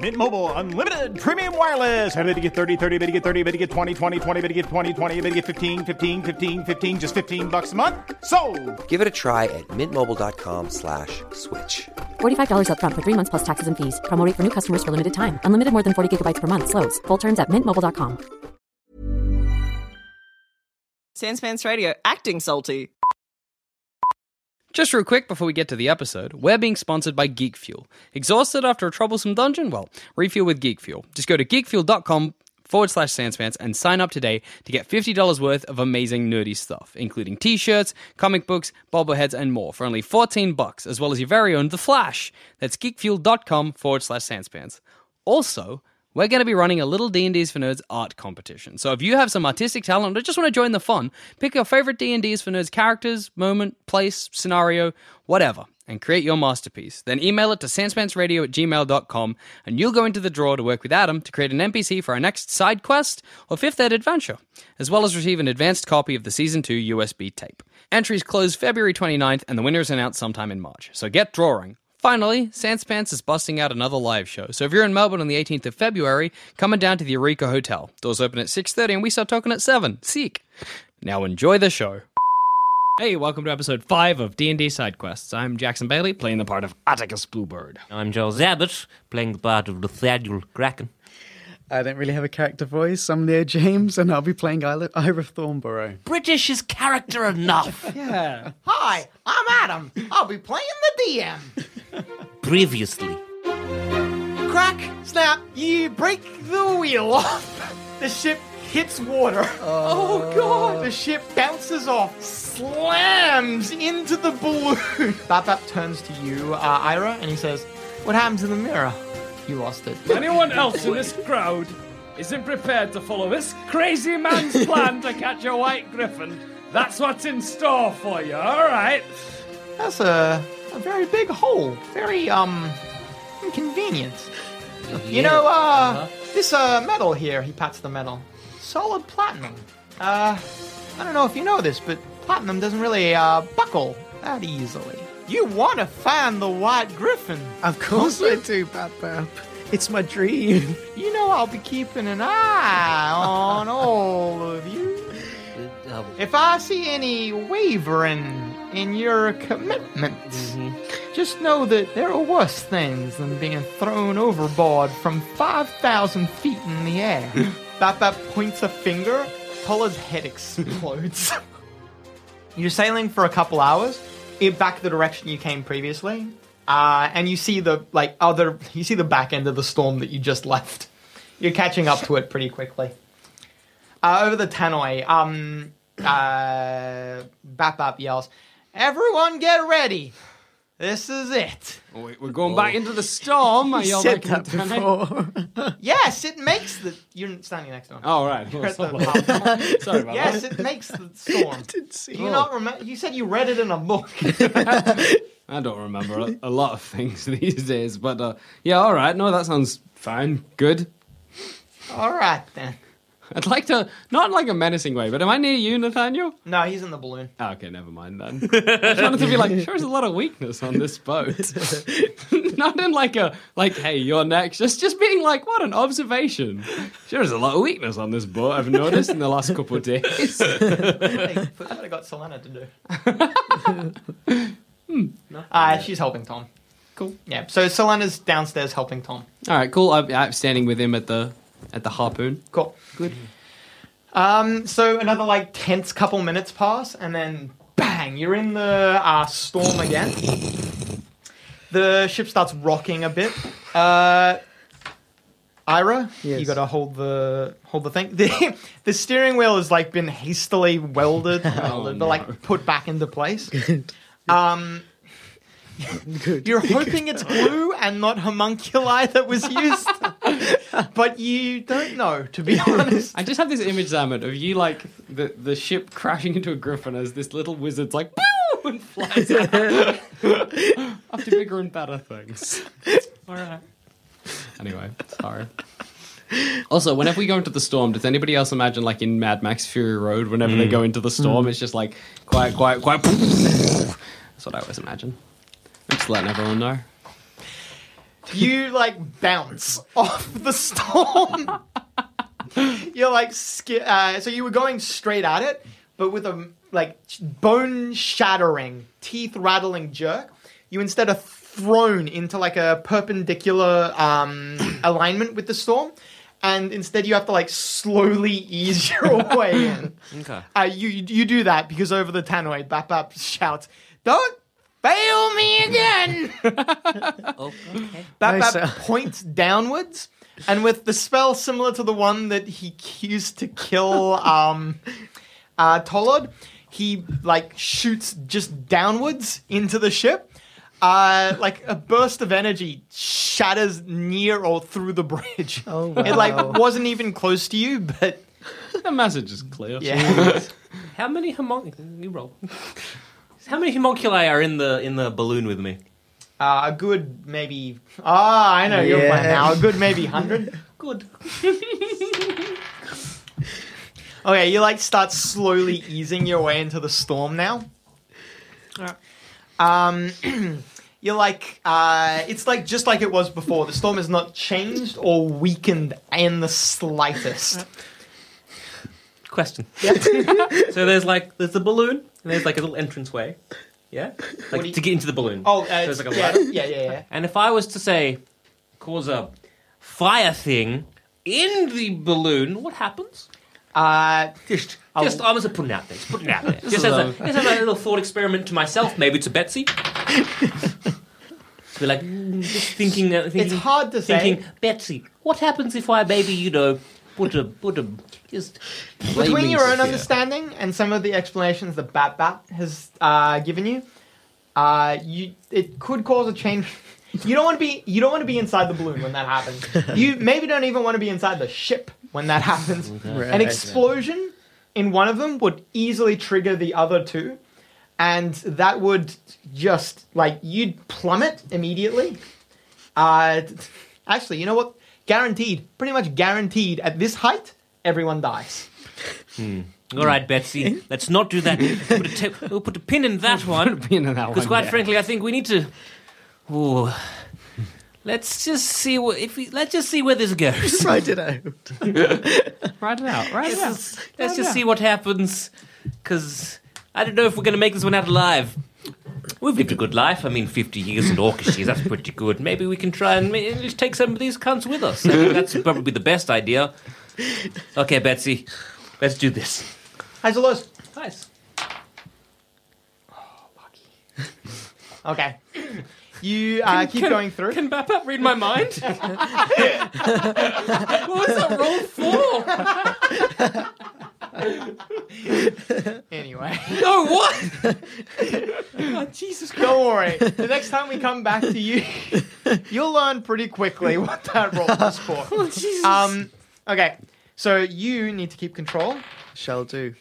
Mint Mobile unlimited premium wireless. Ready to get 30, 30, bit to get 30, bit to get 20, 20, 20, bit to get 20, 20, bit to get 15, 15, 15, 15 just 15 bucks a month. So, Give it a try at mintmobile.com/slash switch. $45 upfront for three months plus taxes and fees. Promo rate for new customers for limited time. Unlimited more than 40 gigabytes per month. Slows. Full terms at mintmobile.com. Sandspans Radio, acting salty. Just real quick before we get to the episode, we're being sponsored by Geek Fuel. Exhausted after a troublesome dungeon? Well, refuel with Geek Fuel. Just go to geekfuel.com forward slash Sandspans and sign up today to get $50 worth of amazing nerdy stuff, including t shirts, comic books, bobbleheads, and more for only 14 bucks, as well as your very own The Flash. That's geekfuel.com forward slash Sandspans. Also, we're going to be running a little D&Ds for Nerds art competition. So if you have some artistic talent or just want to join the fun, pick your favorite D&Ds for Nerds characters, moment, place, scenario, whatever, and create your masterpiece. Then email it to sanspantsradio at gmail.com and you'll go into the draw to work with Adam to create an NPC for our next side quest or fifth ed adventure, as well as receive an advanced copy of the Season 2 USB tape. Entries close February 29th and the winner is announced sometime in March. So get drawing. Finally, Sanspants is busting out another live show. So if you're in Melbourne on the 18th of February, coming down to the Eureka Hotel. Doors open at 6:30 and we start talking at 7. Seek. Now enjoy the show. Hey, welcome to episode 5 of D&D Side Quests. I'm Jackson Bailey playing the part of Atticus Bluebird. I'm Giles Abbott, playing the part of Nathaniel Kraken. I don't really have a character voice. I'm Leo James, and I'll be playing Ira, Ira Thornborough. British is character enough. Yeah. Hi, I'm Adam. I'll be playing the DM. Previously, Crack, snap, you break the wheel off. The ship hits water. Oh, god. The ship bounces off, slams into the balloon. Bap Bap turns to you, uh, Ira, and he says, What happened to the mirror? You lost it. Anyone else in this crowd isn't prepared to follow this crazy man's plan to catch a white griffin. That's what's in store for you, alright? That's a, a very big hole. Very, um, inconvenient. You know, uh, Uh-huh. this, uh, metal here, he pats the metal. Solid platinum. Uh, I don't know if you know this, but platinum doesn't really, uh, buckle that easily. You want to find the white griffin. Of course I do, Bap Bap. It's my dream. You know I'll be keeping an eye on all of you. If I see any wavering in your commitments, just know that there are worse things than being thrown overboard from 5,000 feet in the air. Bap Bap points a finger, Paula's head explodes. You're sailing for a couple hours, it back the direction you came previously, uh, and you see the like other, you see the back end of the storm that you just left. You're catching up to it pretty quickly. Uh, over the tannoy, um, uh, Bap Bap yells, "Everyone, get ready! This is it." We're going back into the storm. I yelled Said back in that time. before. Yes, it makes the. You're standing next Oh, to him. All right. You're at the pub. Sorry about yes, it makes the storm. Do you not remember? You said you read it in a book. that. Oh, I don't remember a, a lot of things these days, but uh, yeah, all right. No, that sounds fine. Good. All right then. I'd like to, not like a menacing way, but am I near you, Nathaniel? No, he's in the balloon. Ah, okay, never mind then. I just wanted to be like, sure, there's a lot of weakness on this boat. Not in like a like, hey, you're next. Just just being like, what an observation. Sure, there's a lot of weakness on this boat. I've noticed in the last couple of days. Hey, I would have got Solana to do. Uh, she's helping Tom. Cool. Yeah. So Solana's downstairs helping Tom. All right, cool. I'm, I'm standing with him at the at the harpoon. Cool. Good. Um. So another like tense couple minutes pass, and then bang. bang, you're in the uh, storm again. The ship starts rocking a bit. Uh, Ira, you got to hold the hold the thing. The, the steering wheel has like been hastily welded, welded, but like put back into place. Um, You're hoping it's glue and not homunculi that was used, but you don't know to be honest. I just have this image, Zaman, of you like the, the ship crashing into a griffin as this little wizard's like, boo, and flies out. After bigger and better things. All right. Anyway, sorry. Also, whenever we go into the storm, does anybody else imagine, like in Mad Max Fury Road, whenever they Mm. go into the storm, Mm. it's just like quiet, quiet, quiet. That's what I always imagine. I'm just letting everyone know. you like bounce off the storm. You're like, ski- uh, so you were going straight at it, but with a like bone shattering, teeth rattling jerk, you instead are thrown into like a perpendicular um, alignment with the storm, and instead you have to like slowly ease your way in. Okay. Uh, you you do that because over the tannoy, Bap Bap shouts, "Don't fail me again!" Bap Bap points downwards, and with the spell similar to the one that he used to kill um, uh, Tolod, he like shoots just downwards into the ship. Uh, like a burst of energy shatters near or through the bridge. Oh, It wow. like wasn't even close to you, but the message is clear. Yeah. How many homunculi? You roll. How many homunculi are in the in the balloon with me? Uh, a good maybe. Ah, I know your plan Yeah. now. A good maybe hundred. Good. okay, you like start slowly easing your way into the storm now. Um, you're like uh, it's like just like it was before. The storm has not changed or weakened in the slightest. Question. so there's like there's the balloon and there's like a little entrance way. Yeah? Like do you- to get into the balloon. Oh, So uh, there's like a yeah, ladder. yeah, yeah, yeah. And if I was to say cause a fire thing in the balloon, what happens? Uh, just, just I'm just putting it out there, just putting it out there. This Just is as, a, a- just as a little thought experiment to myself, maybe to Betsy. to be like mm, just thinking, uh, thinking. hard to say. thinking, Betsy, what happens if I maybe you know put a put a just Between your own understanding and some of the explanations that Bat Bat has uh, given you, uh, you it could cause a change. You don't want to be you don't want to be inside the balloon when that happens. You maybe don't even want to be inside the ship when that happens. An Right. explosion in one of them would easily trigger the other two, and that would just like you'd plummet immediately. Uh, t- actually, you know what? Guaranteed, pretty much guaranteed. At this height, everyone dies. Hmm. All right, Betsy, let's not do that. Put a tip- we'll put a pin in that one. pin in that Because one, quite yeah. frankly, I think we need to. Ooh. Let's just see what if we let's just see where this goes. Write it out. Write it out. Write it out. Let's, let's just see what happens. Because I don't know if we're going to make this one out alive. We've lived a good life. I mean, 50 years in Orcish years, that's pretty good. Maybe we can try and ma- just take some of these cunts with us. I think that's probably the best idea. Okay, Betsy, let's do this. Highs or lows? Highs. Oh, lucky. okay. You uh, Can- keep can- going through. Can Bapap read my mind? what was that roll for? anyway. No, what? Oh, Jesus Christ. Don't worry. The next time we come back to you, you'll learn pretty quickly what that roll was for. Oh, Jesus. Um, okay. So you need to keep control. Shall do.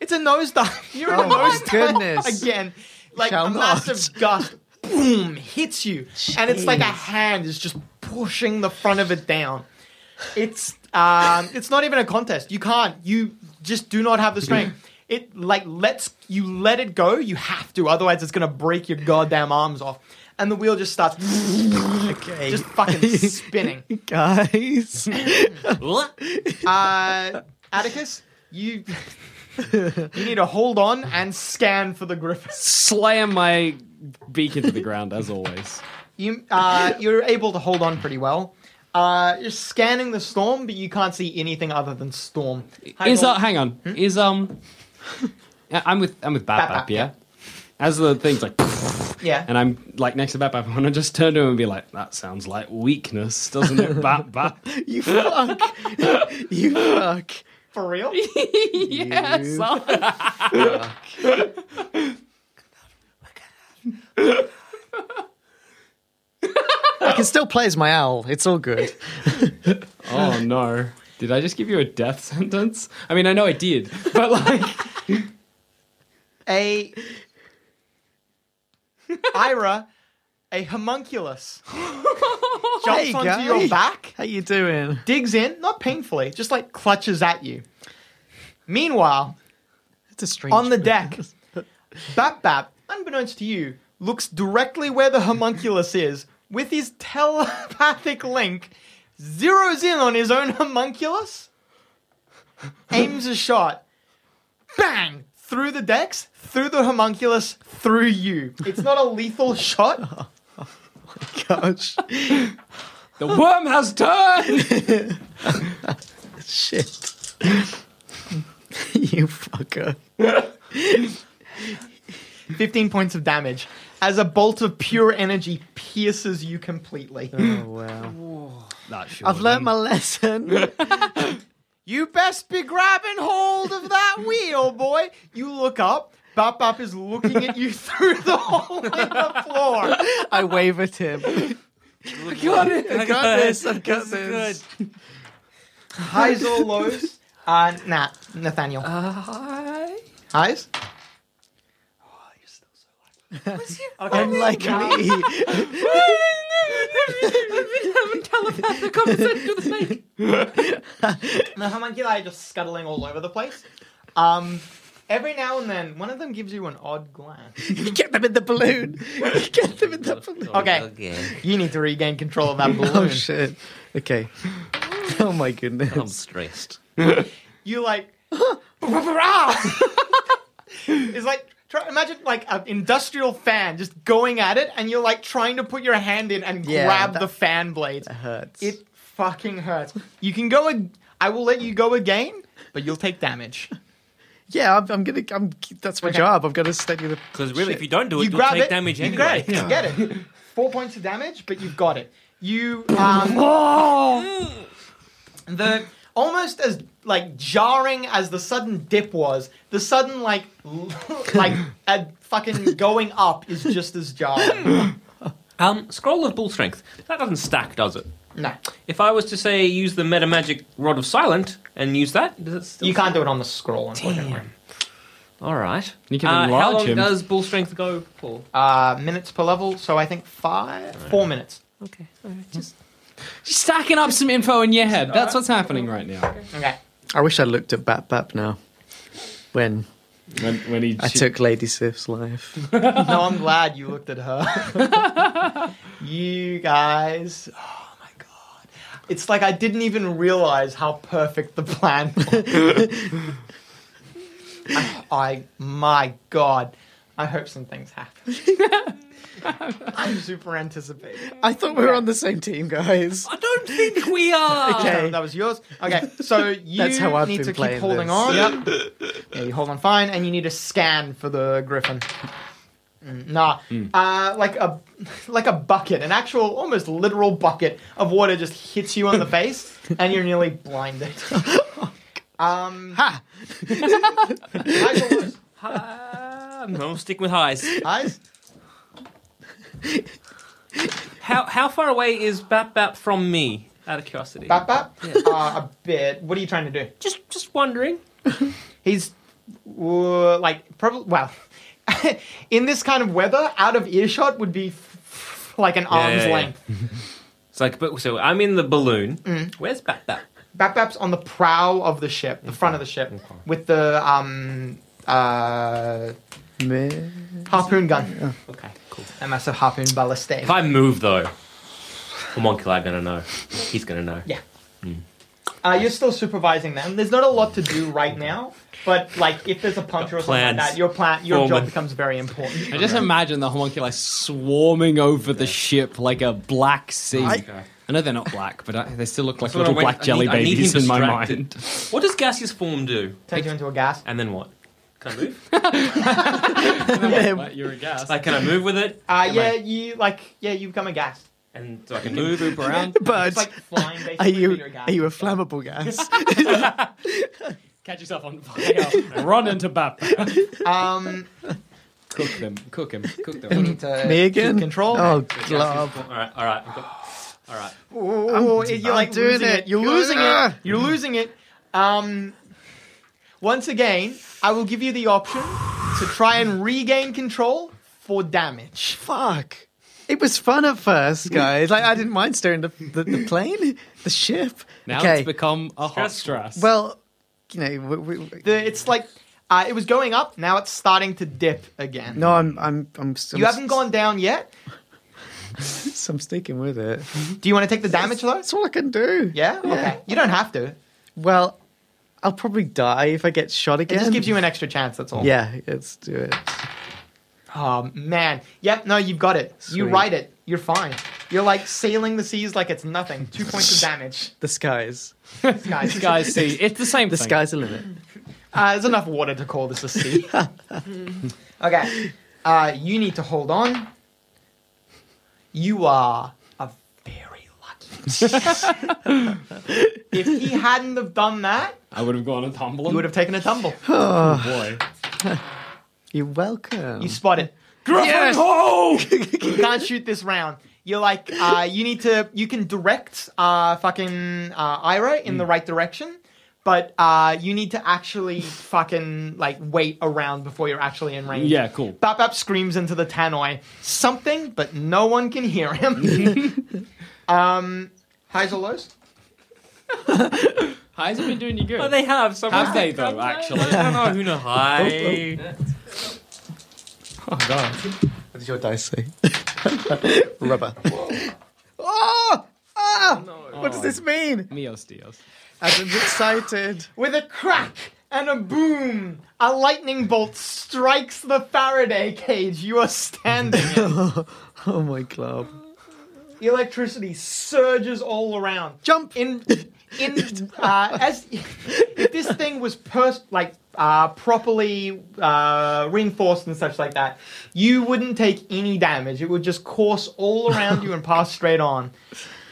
It's a nosedive. You're Oh a my nosedive goodness. again. Like Shall a not. massive gust, boom, hits you, and it's like a hand is just pushing the front of it down. It's um, it's not even a contest. You can't. You just do not have the strength. It like lets you let it go. You have to, otherwise it's gonna break your goddamn arms off. And the wheel just starts okay. just fucking spinning. Guys. uh, Atticus, you you need to hold on and scan for the griffin. Slam my beak into the ground, as always. You uh, you're able to hold on pretty well. Uh, you're scanning the storm, but you can't see anything other than storm. Hmm? Is Hang on. uh, hang on? Is um I- I'm with I'm with Bap Bap, yeah. As the thing's like, Yeah. and I'm like next to Bap Bap, I want to just turn to him and be like, "That sounds like weakness, doesn't it, Bap Bap?" you fuck. you fuck. For real? yes. I can still play as my owl. It's all good. Oh no! Did I just give you a death sentence? I mean, I know I did, but like, A Ira, a homunculus jumps you onto go. your back, How you doing? digs in, not painfully, just like clutches at you. Meanwhile, It's a strange. on the deck, Bap Bap, unbeknownst to you, looks directly where the homunculus is with his telepathic link, zeroes in on his own homunculus, aims a shot, bang! Through the decks, through the homunculus, through you. It's not a lethal shot. Gosh, the worm has turned. shit. you fucker. 15 points of damage as a bolt of pure energy pierces you completely. Oh wow. That sure I've learnt my lesson. You best be grabbing hold of that wheel, boy. You look up. Bap Bap is looking at you through the hole in the floor. I wave at him. got it. I got this. I've got this. Highs or lows? Uh, nah, Nathaniel. Hi. Highs? Unlike me. The homunculi are just scuttling all over the place. Um, every now and then, one of them gives you an odd glance. Get them in the balloon. Get them in the balloon. Okay, you need to regain control of that balloon. Oh shit. Okay. Oh my I'm goodness. stressed. you like it's like try, imagine like an industrial fan just going at it and you're like trying to put your hand in and Yeah, grab that- the fan blades Hurts. it fucking hurts you can go ag- i will let you go again but you'll take damage Yeah, I'm, I'm gonna. I'm. That's my Okay. job. I've got to steady the. Because really, if you don't do it, you you will grab take it damage you anyway. grab it you get it four points of damage but you've got it you um Oh! the almost as like jarring as the sudden dip was the sudden like like a fucking going up is just as jarring Um, scroll of bull strength. That doesn't stack, does it? no If I was to say use the meta magic rod of silent and use that, does it still? you can't do it on the scroll unfortunately All right. You can uh, how enlarge long him. does bull strength go for? uh minutes per level so i think five four minutes okay. All right. Just stacking up some info in your head. That's what's happening right now. okay I wish I looked at Bat Bap now. When When, when he I took Lady Sif's life. no i'm glad you looked at her you guys oh my god it's like i didn't even realize how perfect the plan was i my god i hope some things happen i'm super anticipating I thought we were on the same team, guys. I don't think we are. So that was yours. Okay, so you That's how I've need been to keep playing holding this. on. Yeah, you hold on fine, and you need to scan for the griffin. Mm, Nah, uh, like a like a bucket, an actual almost literal bucket of water just hits you on the face, and you're nearly blinded. Oh, um, ha! eyes, or lows? Uh, no, I'm sticking with highs. eyes. How how far away is Bap Bap from me? Out of curiosity. Bap bap. Uh, a bit. What are you trying to do? Just just wondering. He's uh, like probably well, in this kind of weather, out of earshot would be f- f- like an arm's yeah, yeah. length. It's like, but so I'm in the balloon. Mm. Where's Bap Bap? Bap Bap's on the prow of the ship, the front of the ship, with the um uh Me. harpoon gun, Okay, cool. a massive harpoon ballista. If I move though, homunculi gonna know. He's gonna know. Yeah. Hmm. Uh, you're still supervising them. There's not a lot to do right now, but like if there's a puncher or something like Plans. that, your plan, your job Foreman. becomes very important. I just imagine the homunculi swarming over the ship like a black sea. I, know they're not black, but I, they still look like what I little went- black jelly I need- I need babies him in my distracted. mind. What does gaseous form do? Turns you into a gas. And then what? Can I move? yeah. You're a gas. Like, can I move with it? Uh, Am yeah, I- you like yeah, you become a gas. and so I can move, move around. But Like flying basically. are you but you're a gas. are you a flammable gas? Catch yourself on fire. Run into Bappa. um cook them. Cook him. Cook Um, we them. need to Me again? keep control. Oh, glove. All right, all right, I've got- all right. Oh, you're like doing losing it. it. You're Good. losing it. Ah. You're losing it. Um, once again, I will give you the option to try and regain control for damage. Fuck. It was fun at first, guys. Like I didn't mind steering the, the, the plane, the ship. Now it's become a hot stress. well, you know, we, we, we- The, it's like uh, it was going up. Now it's starting to dip again. no, I'm I'm I'm still. you haven't gone down yet. I'm sticking with it. Do you want to take the damage though? That's all I can do. Yeah. Okay. You don't have to. It Well, I'll probably die if I get shot again. just gives you an extra chance. That's all. Yeah, let's do it. Oh man. Yep. No, you've got it. You Sweet. ride it. You're fine. You're like sailing the seas like it's nothing. Two points of damage, The skies. guys. guys, see, it's the same The thing. sky's the limit. Uh, there's enough water to call this a sea. okay. Uh, you need to hold on. You are a very lucky. if he hadn't have done that, I would have gone and tumbled. you would have taken a tumble. Oh. boy. You're welcome. You spot it. yes! You can't shoot this round. You're like, uh, you need to, you can direct uh, fucking uh, Ira in Mm. the right direction, but uh, you need to actually fucking like wait around before you're actually in range. Yeah, cool. Bap Bap screams into the tannoy something, but no one can hear him. um, highs or lows? Highs have been doing you good. Oh, they have. Someone have they though? Actually, I don't know who know. Hi. oh god. What does your dice say? Rubber. oh! Ah! What does this mean? Mios Dios. I'm excited. With a crack and a boom, a lightning bolt strikes the Faraday cage you are standing in. Oh my club. Electricity surges all around. Jump! in in uh, as if this thing was pers- like uh, properly uh, reinforced and such like that, you wouldn't take any damage. It would just course all around you and pass straight on.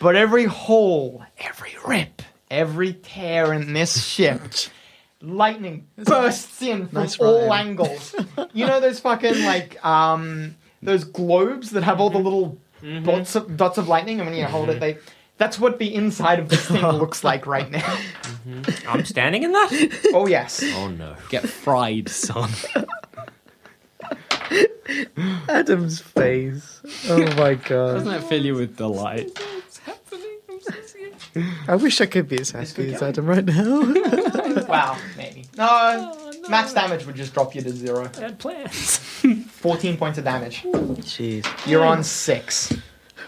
But every hole, every rip, every tear in this ship, lightning bursts in from nice all rhyme. angles. You know those fucking like um those globes that have all Mm-hmm. the little dots of dots of lightning, and when you hold it, they. That's what the inside of this Oh. thing looks like right now. I'm standing in that. Oh yes. Oh no. Get fried, son. Adam's face. Oh my god. Doesn't that fill you with delight? I wish I could be as happy as Adam right now. Wow. Maybe. No, uh, Max damage would just drop you to zero. Bad plans. Fourteen points of damage. Jeez. You're on six.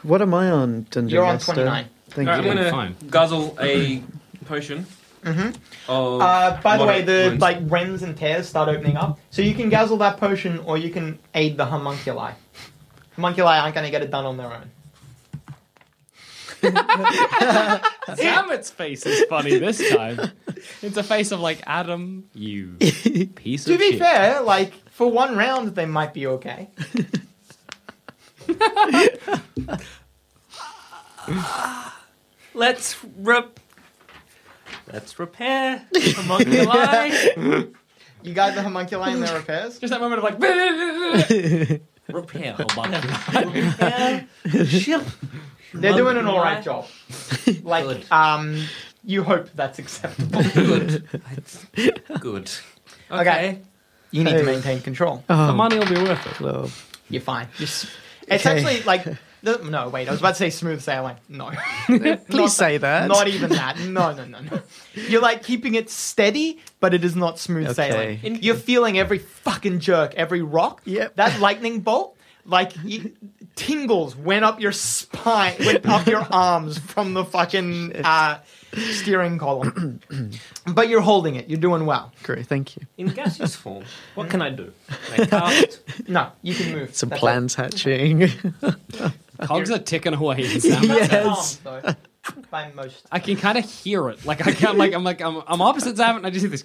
What am I on, Dungeon You're on Master? 29. Thank All right, you. I'm gonna Fine. guzzle a potion. Mm-hmm. Oh. Uh, by the way, the moderate wounds. like rends and tears start opening up, so you can guzzle that potion, or you can aid the homunculi. Homunculi aren't going to get it done on their own. Dammit's face is funny this time. It's a face of like Adam, you piece To of be shit. fair, like for one round, they might be okay. Let's rep. Let's repair among the line. You guide the homunculi in their repairs. Just that moment of like. Repair oh, among the line. Repair. Ship. They're doing an all right job. Like, Good. um, you hope that's acceptable. Good. Good. Okay. Okay. You need to Hey. Oh. maintain control. the money will be worth it. Club. You're fine. You're s- It's Okay. actually like. the- No, wait. I was about to say smooth sailing. No, Please say that. not even that. No, no, no, no. You're like keeping it steady, but it is not smooth Okay. sailing. You're feeling every fucking jerk, every rock. Yep. That lightning bolt, like y tingles, went up your spine, went up your arms from the fucking uh, steering column. but you're holding it. You're doing well. Great, thank you. In gaseous form, what can I do? I cast. No, you can move. Some That's plans hatching. Cogs are ticking away. in Sam. all. That's Yes. an arm, though, by most. I can kind of hear it. Like I can't. Like I'm like I'm. I'm opposite Sam, and I just hear this.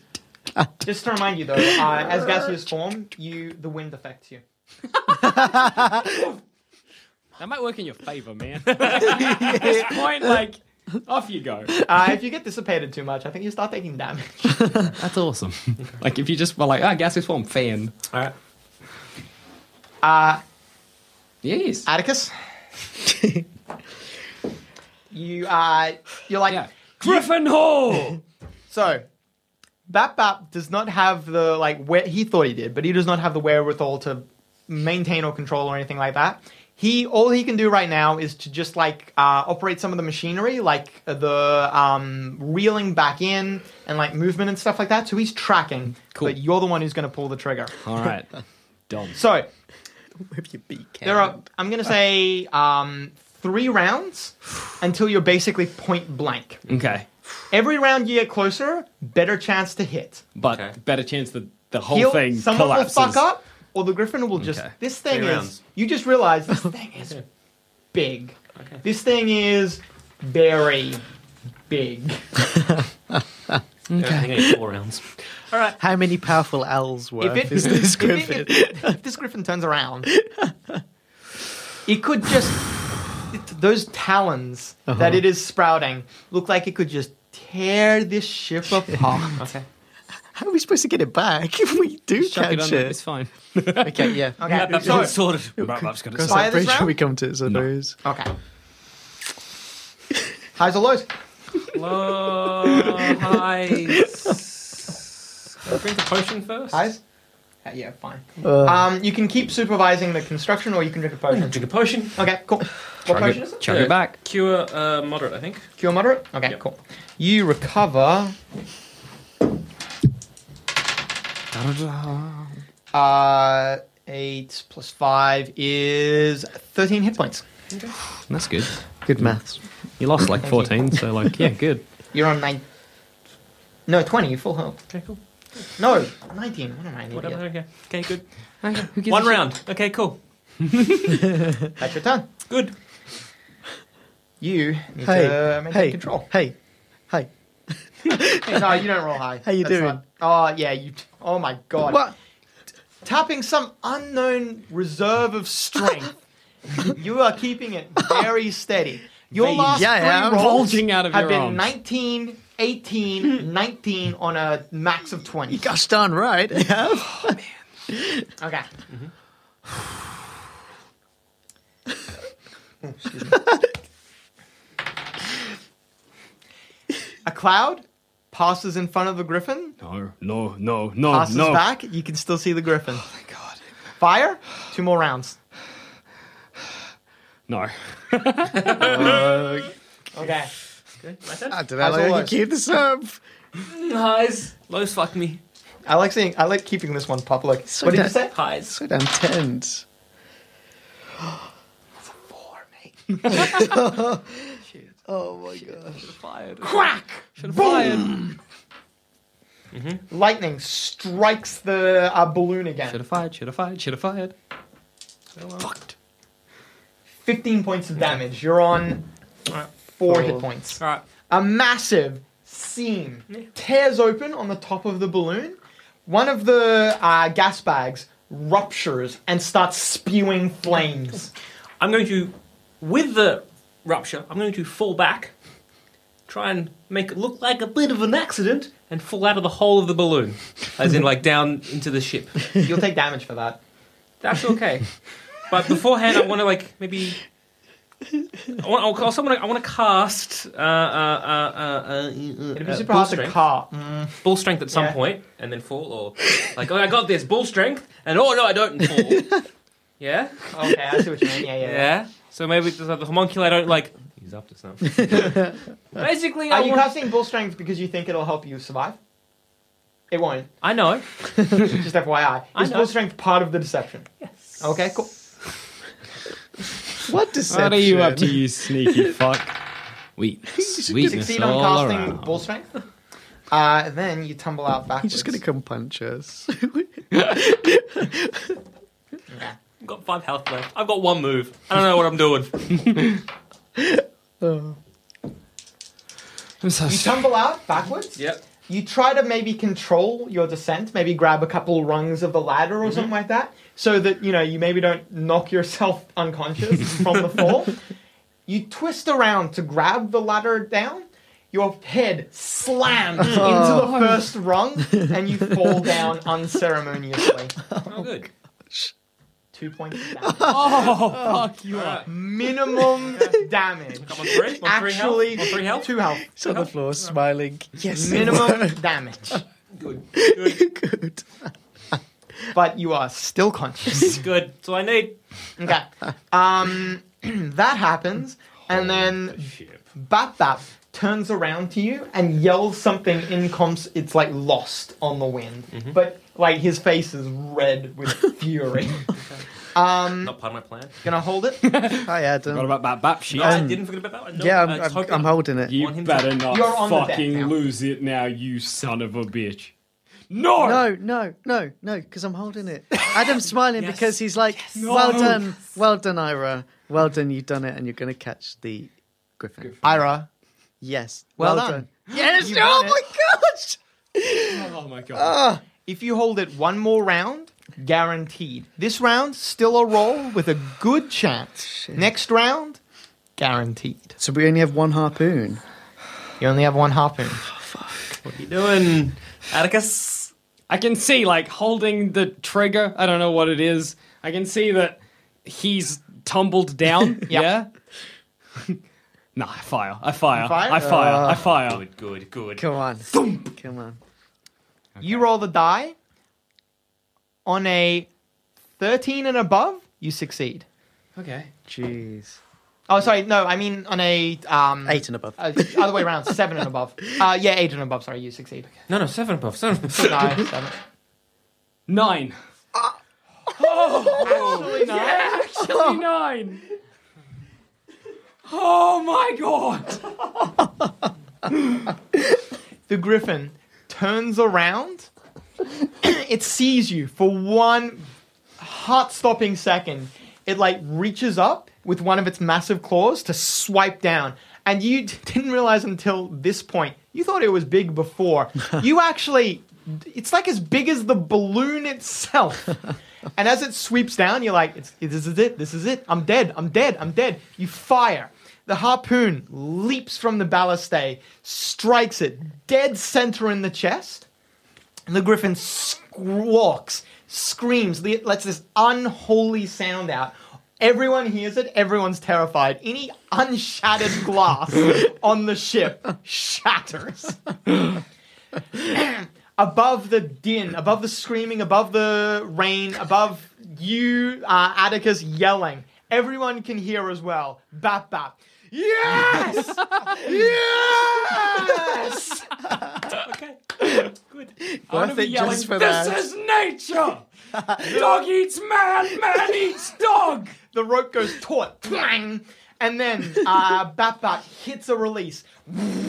Just to remind you, though, uh, as gaseous form, you the wind affects you. That might work in your favor, man. At this point, like, off you go. Uh, if you get dissipated too much, I think you start taking damage. That's awesome. like, if you just were like, ah, gaseous form, fan. All right. Uh, Yes. Atticus, you uh, you're like Griffin Hall. so. Bap Bap does not have the like where he thought he did, but he does not have the wherewithal to maintain or control or anything like that. He all he can do right now is to just like uh, operate some of the machinery, like uh, the um, reeling back in and like movement and stuff like that. So he's tracking, but you're the one who's going to pull the trigger. All right. Dom. So Whip your beak. There are. I'm gonna say um, three rounds until you're basically point blank. Okay. Every round you get closer, better chance to hit. But better chance that the whole He'll- thing someone collapses. will fuck up, or the griffin will just. Okay. This thing Three is. rounds. You just realize this thing is big. This thing is very big. I think I need four rounds. How many powerful owls were? If it- is this if it- griffin? if- if this griffin turns around, it could just it- those talons Uh-huh. that it is sprouting look like it could just tear this ship apart. okay. How are we supposed to get it back if we do Chuck it catch under. It's it? fine. Okay, yeah. Okay. So, So, sorted. Because Fire I'm this pretty sure round? we come to it, so there is. okay. Highs or lows? Low highs. Can I drink the potion first? Highs. Uh, yeah, fine. um, you can keep supervising the construction, or you can drink a potion. Drink a potion. Okay, cool. What potion is it? Chuck it back. Cure uh, moderate, I think. Cure moderate? Okay, Yep. cool. You recover. Uh, 8 plus 5 is 13 hit points. That's good. Good maths. You lost like 14, so like, yeah, good. You're on 9. No, 20, you're full health. Okay, cool. No, 19. What am I? an idiot? Whatever. Okay. Okay, good. Who gives One a shit? round. Okay, cool. That's your turn. Good. You need Hey, to maintain hey, control. hey, hey. no, you don't roll high. How you That's doing? Not, oh, yeah, you. Oh, my God. What? Tapping some unknown reserve of strength. you are keeping it very steady. Your last Yeah, yeah, I'm three rolls bulging out of have your been arms. 19, 18, 19 on a max of 20. Gosh darn right. I have. Okay. a cloud passes in front of the griffin, No, no, no, no, passes no. back. You can still see the griffin. Oh my god! Fire. Two more rounds. No. Okay. I don't know how long I can always. keep this up. Highs. Lows fuck me. I like seeing. I like keeping this one public. what did you that- say? Highs. So damn tense. Crack. Boom. Mm-hmm. Lightning strikes the uh, balloon again. Should have fired, should have fired, should have fired. Fucked. 15 points of damage. You're on four hit points. A massive seam tears open on the top of the balloon. One of the uh, gas bags ruptures and starts spewing flames. I'm going to, with the rupture, I'm going to fall back, try and make it look like a bit of an accident, and fall out of the hole of the balloon. As in, like, down into the ship. You'll take damage for that. That's okay. but beforehand, I want to like maybe. I want. I'll, I'll, someone, I want to cast. Uh, uh, uh, uh, uh, It'd be uh, super bull hard to strength. car. bull strength at some Yeah. point and then fall, or like, oh, I got this bull strength, and oh no, I don't and fall. yeah, Okay, I see what you mean. Yeah, yeah. yeah. yeah. So maybe the, the homunculi I don't like. He's up to something. Basically, Are I, you want, casting bull strength because you think it'll help you survive? It won't. I know. Just FYI. I Is know. bull strength part of the deception? Yes. Okay, cool. What deception? What are you up to, you sneaky fuck? Weakness. Weakness Succeed all on casting around. bull strength. Uh, then you tumble out He's backwards. just gonna come punch us. I've got five health left. I've got one move. I don't know what I'm doing. I'm so You sorry. tumble out backwards. Yep. you try to maybe control your descent, maybe grab a couple rungs of the ladder Mm-hmm. or something like that, so that you know you maybe don't knock yourself unconscious from the fall. You twist around to grab the ladder down. Your head Oh. slams into the first rung, and you fall down unceremoniously. Oh, good. Two points of damage. Oh, fuck you up. Minimum damage. Come on, three. One, three health. Actually, One, three health. two health. It's on the floor, smiling. Yes, it Minimum damage. worked. Good. But you are still conscious. Good. That's all I need. Okay. Um, that happens, and then Bap Bap turns around to you and yells something in comps. It's like lost on the wind, but like his face is red with fury. Not part of my plan. Gonna hold it. Hi, What Adam. about that bap sheet? No, I didn't forget about that one. No, Yeah, I'm, I just I'm, hope I'm holding it. you want him to- better not You're on the deck fucking now. lose it now, you son of a bitch. No! No, no, no, no, because I'm holding it. Adam's smiling because he's like, well done, well done, Ira. Well done, you've done it, and you're going to catch the griffin. Ira. Yes. Well Well, done. done. Yes. You oh won it. my gosh. Oh my god. If you hold it one more round, guaranteed. This round, still a roll with a good chance. Next round, guaranteed. So we only have one harpoon. You only have one harpoon. you doing, Atticus? I can see, like, holding the trigger. I don't know what it is. I can see that he's tumbled down. yeah? nah, I fire. I fire. Fire? I fire. I fire. Good, good, good. Come on. Come on. You roll the die. On a 13 and above, you succeed. Okay. Jeez. Oh, sorry. No, I mean on a um, Eight and above. Uh, other way around, seven and above. Uh, yeah, eight and above. Sorry, you succeed. No, no, seven above, seven above. No, seven. Nine. Oh, actually nine. Oh my god. The griffin turns around. it sees you for one heart-stopping second. It like reaches up with one of its massive claws to swipe down, and you d- didn't realize until this point. You thought it was big before. you actually, it's like as big as the balloon itself. and as it sweeps down, you're like, it's, "This is it. This is it. I'm dead. I'm dead. I'm dead." You fire. The harpoon leaps from the balustay, strikes it dead center in the chest. And the griffin squawks, screams, le- lets this unholy sound out. Everyone hears it, everyone's terrified. Any unshattered glass on the ship shatters. above the din, above the screaming, above the rain, above you, uh, Atticus yelling, everyone can hear as well. Bap bap. Yes! yes! I'm gonna be it yelling, just for this that." is nature! dog eats man, man eats dog! the rope goes taut, twang, and then uh, Bat Bat hits a release.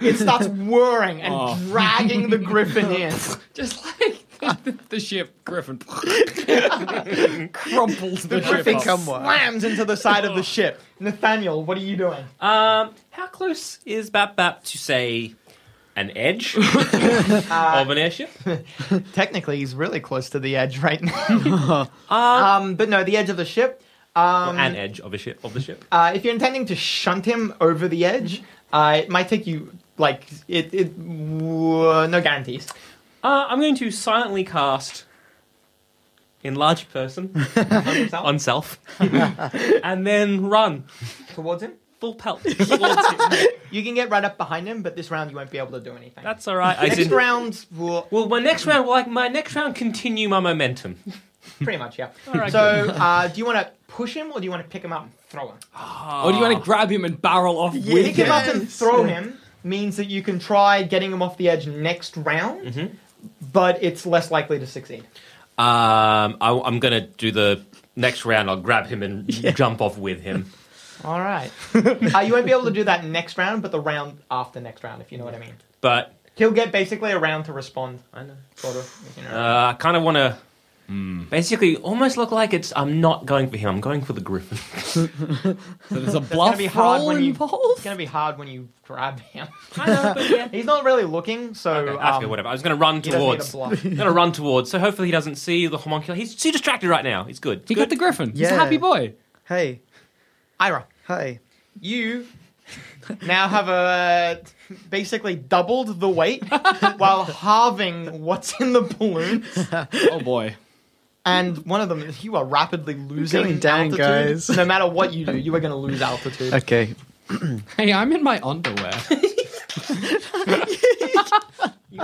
It starts whirring and dragging the griffin in. Just like the, the, the ship, Griffin. Crumples the, ship. Griffin up. come on. slams into the side of the ship. Nathaniel, what are you doing? Um, how close is Bap Bap to say an edge of an airship? Technically, he's really close to the edge right now. um, but no, the edge of the ship. Or an edge of a ship of the ship. Uh, if you're intending to shunt him over the edge, uh, it might take you like it. it w- no guarantees. Uh, I'm going to silently cast enlarge person on self, and then run Towards him, full pelt. towards him. you can get right up behind him, but this round you won't be able to do anything. That's all right. I Next didn't. round, will Will my next round, like my next round, continue my momentum? Pretty much, yeah. so, uh, do you want to push him or do you want to pick him up and throw him? Or do you want to grab him and barrel off with Pick him up him? and throw him means that you can try getting him off the edge next round, but it's less likely to succeed. Um, I, I'm gonna do the next round. I'll grab him and jump off with him. All right. uh, you won't be able to do that next round, but the round after next round, if you know what I mean. But He'll get basically a round to respond. I know. Sort of. You know. uh, I kind of want to. Basically, almost look like it's I'm not going for him. I'm going for the griffin. there's a It's gonna bluff be hard roll when you. involved? It's gonna be hard when you grab him. He's not really looking, so That's um, good, whatever. I was going to run he doesn't need towards. a bluff. I'm going to run towards. So hopefully he doesn't see the homunculi. He's too distracted right now. He's good. He good. got the griffin. He's a Yeah. happy boy. Hey, Ira, hey. you now have a basically doubled the weight while halving what's in the balloon, Oh boy. and one of them is you are rapidly losing going down, altitude. guys. No matter what you do, you are going to lose altitude. Okay. Hey, I'm in my underwear. You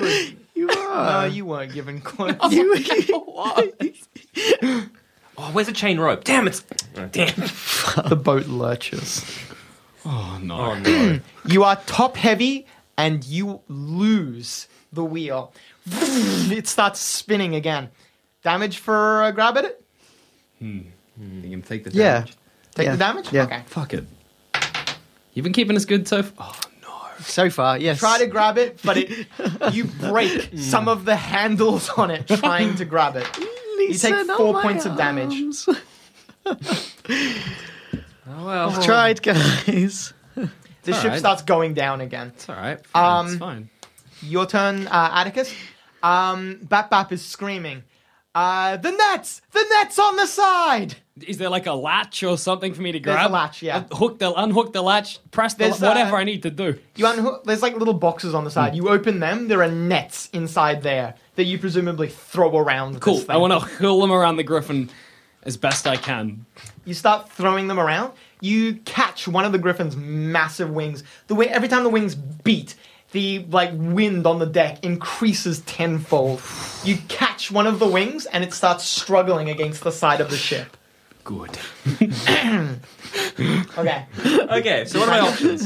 were, you No, you weren't given clothes. Oh, where's the chain rope? Damn it's Oh, damn. the boat lurches. oh no. Oh no. You are top heavy and you lose the wheel. It starts spinning again. Damage for a grab at it? You can take the Yeah. damage. Take Yeah. the damage? Yeah. Okay. Fuck it. You've been keeping us good so far. Oh no. So far, yes. Try to grab it, but it you break some of the handles on it trying to grab it. You take oh four four points of damage. I've tried, guys. The all ship right. starts going down again. It's all right. Fine. Um, it's fine. Your turn, uh, Atticus. Um, Bap Bap is screaming. Uh, the nets! The nets on the side! Is there like a latch or something for me to There's grab? a latch, yeah. Uh, Hook the unhook the latch. Press the There's, la- whatever uh, I need to do. You unhook. There's like little boxes on the Hmm. side. You open them. There are nets inside there that you presumably throw around. Cool. This thing. I want to hurl them around the griffin as best I can. You start throwing them around. You catch one of the griffin's massive wings. The way every time the wings beat, the like wind on the deck increases tenfold. You catch one of the wings and it starts struggling against the side of the ship. Good. Okay. okay, so what are my options?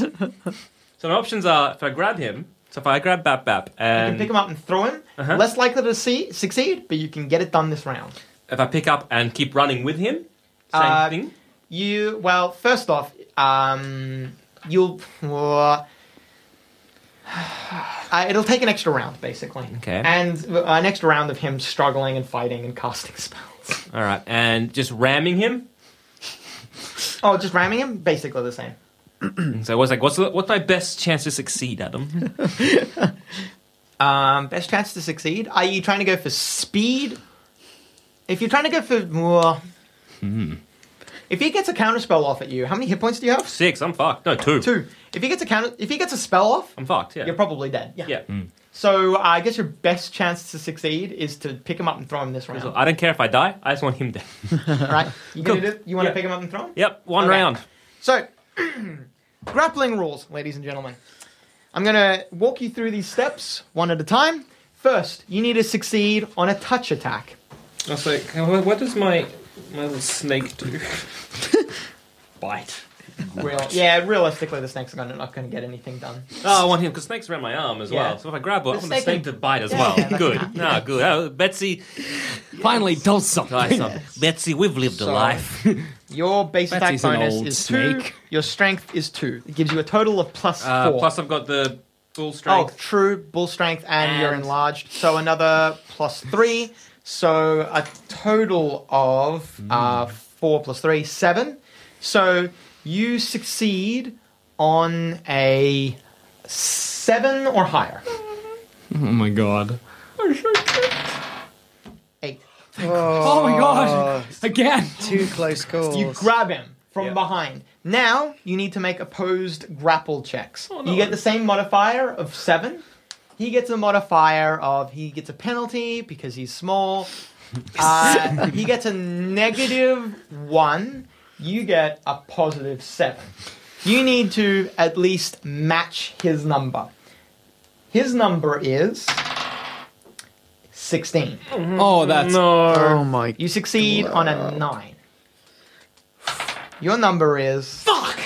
So my options are if I grab him, so if I grab Bap Bap You and can pick him up and throw him. Less likely to see, succeed, but you can get it done this round. if I pick up and keep running with him, same Uh, thing. You well, first off, um, you'll. Uh, it'll take an extra round, basically. Okay. And uh, an extra round of him struggling and fighting and casting spells. All right, and just ramming him. oh, just ramming him, basically the same. So I was like, what's the, what's my best chance to succeed, Adam? Um, best chance to succeed. Are you trying to go for speed? If you're trying to go for, well, Hmm. if he gets a counter spell off at you, how many hit points do you have? Six. I'm fucked. No, two. Two. If he gets a counter, if he gets a spell off, I'm fucked. Yeah. you're probably dead. yeah. Mm. So uh, I guess your best chance to succeed is to pick him up and throw him this round, So I don't care if I die. I just want him dead. right? You gonna do? You want to Yeah. pick him up and throw him? yep. One Okay. round. So grappling rules, ladies and gentlemen. I'm gonna walk you through these steps one at a time. First, you need to succeed on a touch attack. I was like, what does my my little snake do? Bite. Real, yeah, realistically, the snake's gonna, not going to get anything done. Oh, I want him because snakes around my arm as Yeah. well. So if I grab it, I want the snake snake to bite as well. good. No, good. Oh, Betsy, Finally, does something. try something. Betsy, we've lived a life. Your base Betsy's an attack bonus old is two. snake. Your strength is two. It gives you a total of plus Uh, four. plus, I've got the full Oh, strength. true. Bull strength, and, you're And- enlarged. So another plus three. So a total of Hmm. uh, four plus three, seven. So you succeed on a seven or higher. Oh my god. Eight. Oh, my god. Again. Too close calls. You grab him from behind. Now you need to make opposed grapple checks. Oh, You get the same modifier of seven. He gets a modifier of he gets a penalty because he's small. Uh, he gets a negative one. You get a positive seven. You need to at least match his number. His number is 16. Oh, that's oh my You succeed on a nine. Your number is. Fuck!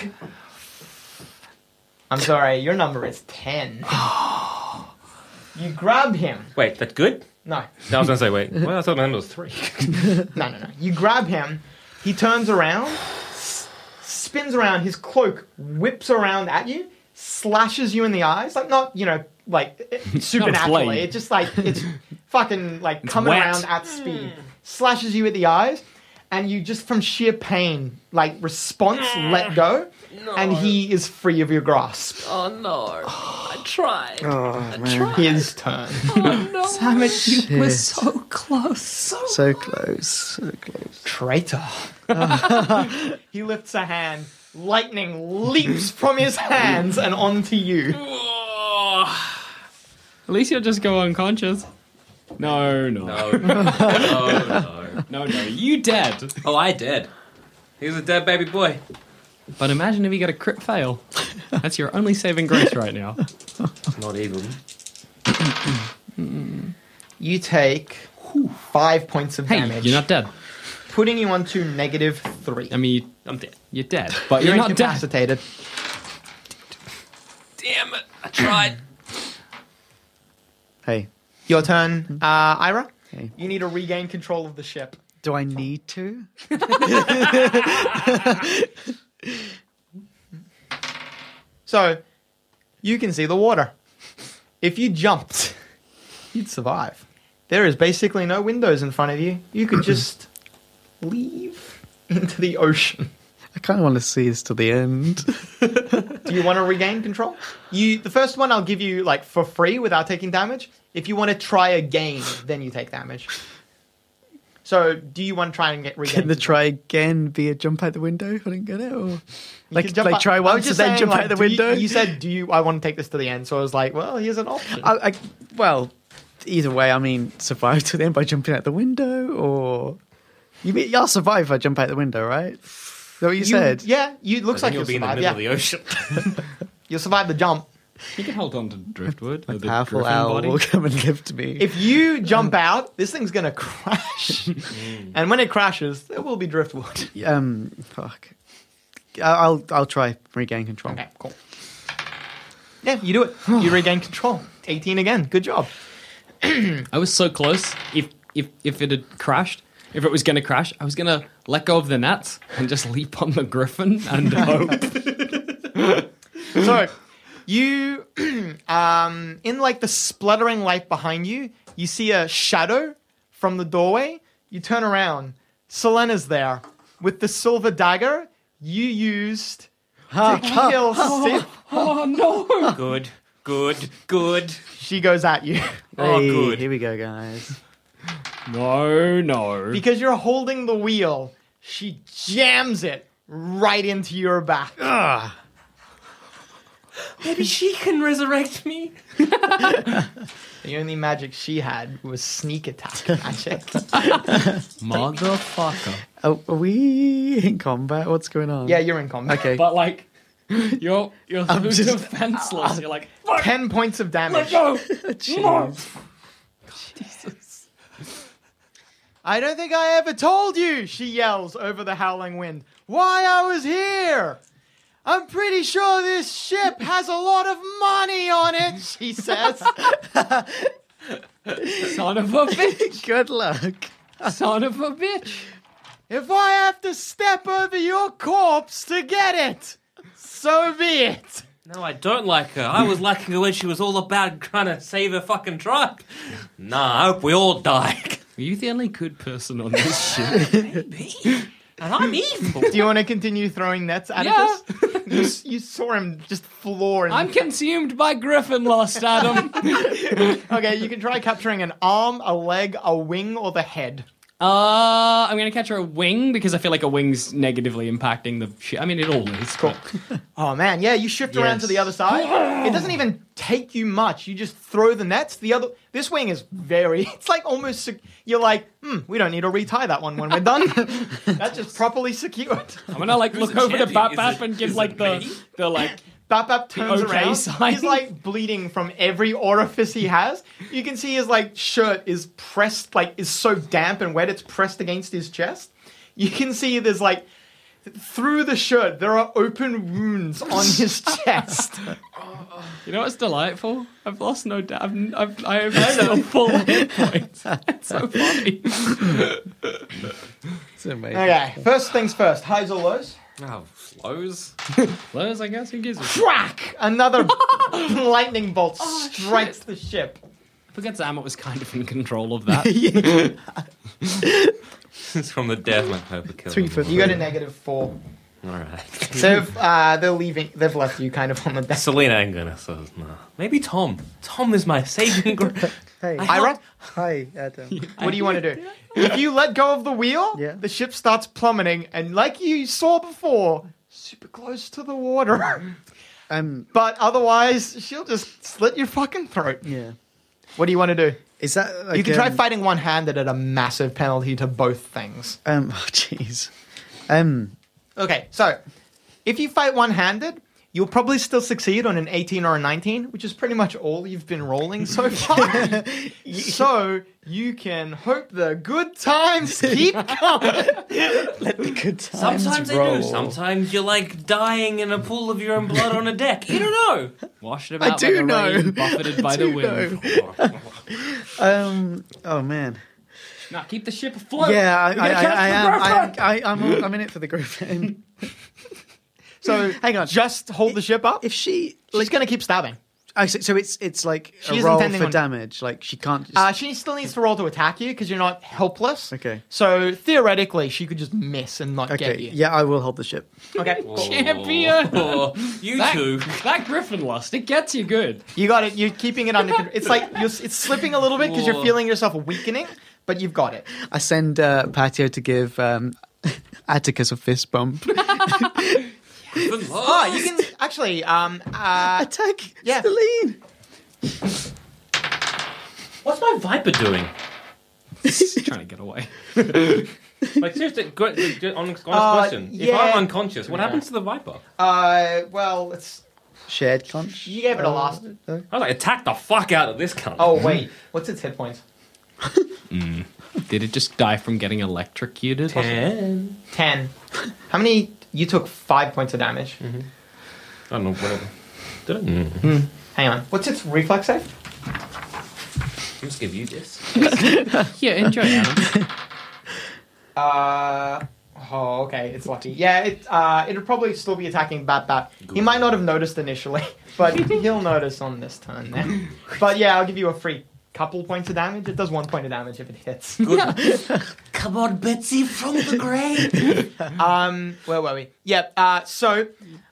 I'm sorry, your number is 10. you grab him. Wait, that good? No, No, I was gonna say wait. Well, I thought my number was three. no, no, no. You grab him. He turns around, s- spins around, his cloak whips around at you, slashes you in the eyes. Like, not, you know, like eh, Not a supernaturally. blade. It's just like, it's fucking like coming wet. around at speed, slashes you at the eyes, and you just from sheer pain, like response, let go, and he is free of your grasp. Oh no! I tried. His turn. no. Damn it, you were so close. So, So close, so close. Traitor. he lifts a hand. Lightning leaps from his hands and onto you. At least you'll just go unconscious. No, no, no, Oh, no, no. You dead. Oh, I did. He's a dead baby boy. But imagine if you get a crit fail. That's your only saving grace right now. Not even. You take five points of Hey, damage, you're not dead. putting you onto negative three. I mean, I'm dead. you're dead, but You're, you're, not dead. incapacitated. Damn it! I tried. Hey, Your turn, uh, Ira. Mm-hmm. Okay. You need to regain control of the ship. do I need to? So, you can see the water. If you jumped, you'd survive. There is basically no windows in front of you. You could just leave into the ocean. I kind of want to see this to the end. Do you want to regain control? You, the first one I'll give you like for free without taking damage. If you want to try again, then you take damage. So, do you want to try and get regain? Can the control? try again be a jump out the window? if I didn't get it. Or You like, can jump like out- I try was once and just then saying, jump like, out the do you- window. You, said, "Do you? I want to take this to the end." So I was like, "Well, here's an option." I, I, well, either way, I mean, survive to the end by jumping out the window, or you mean I'll survive if I jump out the window, right? Is that what you, said? Yeah, you it looks like you'll, you'll be in the survive. middle yeah. of the ocean. You'll survive the jump. You can hold on to driftwood. or the Powerful griffin owl body. will come and lift me. If you jump out, this thing's gonna crash. Mm. and when it crashes, there will be driftwood. um, fuck. I- I'll I'll try regain control. Okay, cool. Yeah, you do it. You regain control. 18 again. Good job. I was so close. If if if it had crashed, if it was going to crash, I was going to let go of the nets and just leap on the griffin and hope. So you um in like the spluttering light behind you, you see a shadow from the doorway. You turn around. Selena's there with the silver dagger you used to kill Sif. oh no! Good. Good. Good. She goes at you. Oh, Hey, good. Here we go, guys. No, no. Because you're holding the wheel, she jams it right into your back. Maybe she can resurrect me. The only magic she had was sneak attack magic. Motherfucker. Are, are we in combat? What's going on? yeah, you're in combat. Okay. But like, you're you're so just- defenseless. You're like, fuck, 10 points of damage. no, no. I don't think I ever told you, she yells over the howling wind, why I was here. I'm pretty sure this ship has a lot of money on it, she says. son of a bitch, Good luck. son of a bitch. if I have to step over your corpse to get it, so be it. No, I don't like her. I was liking her when she was all about trying to save her fucking tribe. Nah, I hope we all die. Are you the only good person on this ship? And I'm evil. Do you want to continue throwing nets at Yeah. us? You, you saw him just flooring. I'm consumed by griffin lust, Adam. Uh, Okay, you can try capturing an arm, a leg, a wing, or the head. Uh, I'm gonna catch her a wing because I feel like a wing's negatively impacting the shit. I mean, it all is. Cool. Oh man, yeah, you shift around to the other side. It doesn't even take you much. You just throw the nets. The other, this wing is very. It's like almost. sec- You're like, hmm, we don't need to retie that one when we're done. That's just properly secured. I'm gonna like look the over to champion? Bap Is Bap it- and give is like it the me? the like. Bap Bap turns okay around. sign. He's like bleeding from every orifice he has. You can see his like shirt is pressed, like is so damp and wet it's pressed against his chest. You can see there's like through the shirt there are open wounds on his chest. You know what's delightful? I've lost no doubt. I've I've I have still full hit points. That's so funny. It's amazing. Okay, first things first. Highs or lows? Oh, flows. Lows, I guess. Who gives a shit? Crack! Another lightning bolt strikes the ship. forgets Amit was kind of in control of that. it's from the death. I hope it kills Three him. foot. You got a negative four. All right. So uh, they're leaving. They've left you kind of on the back. Selena ain't gonna. So, no. Maybe Tom. Tom is my saving. Gr- Hey, I helped- Hi, Adam. What do you want to do? If you let go of the wheel, Yeah. the ship starts plummeting, and like you saw before, super close to the water. Um, But otherwise, she'll just slit your fucking throat. yeah. What do you want to do? Is that like, you can try um, fighting one-handed at a massive penalty to both things. Um, oh jeez. Um, Okay, so if you fight one-handed, you'll probably still succeed on an 18 or a 19, which is pretty much all you've been rolling so far. so you can hope the good times keep coming. good time. Sometimes they do. Sometimes you're like dying in a pool of your own blood on a deck. You don't know. Washed about do by the know. rain, buffeted by the do wind. Um, oh man. Now keep the ship afloat. Yeah, I, You're I, gonna catch I, I the am. I am. Griffin! I, I'm, I'm in it for the Griffin. So Hang on. just hold the ship up. if she, She's like, gonna keep stabbing. I see- so it's it's like She's a roll intending for on- damage. Like she can't. Just, Uh, she still needs to roll to attack you because you're not helpless. Okay. So theoretically, she could just miss and not okay. get you. Yeah, I will hold the ship. Okay. Champion. Or Oh, you two. That, that Griffin lust, it gets you good. You got it. You're keeping it under control. It's like you're, it's slipping a little bit because you're feeling yourself weakening, but you've got it. I send uh, Patio to give um, Atticus a fist bump. Ah, Oh, you can actually. Um. Uh. Attack, Yeah. Celine. What's my viper doing? He's trying to get away. Like seriously, gr- honest, honest Uh, question. yeah. If I'm unconscious, what happens to the viper? uh well, it's Shared conch. Uh, you gave it a last. I was like, attack the fuck out of this cunt. Oh wait, what's its hit points? Did it just die from getting electrocuted? Ten. Ten. How many? You took five points of damage. Mm-hmm. I don't know. Whatever. Did I? Mm. Hang on. What's its reflex save? I'll just give you this. Yeah, enjoy. Adam. Uh, oh, okay. It's lucky. Yeah, it, uh, it'll probably still be attacking Bat Bat. He might not have noticed initially, but he'll notice on this turn then. But yeah, I'll give you a free couple points of damage. It does one point of damage if it hits. Come on, Betsy from the grave. Um, where were we? Yep. Uh, so,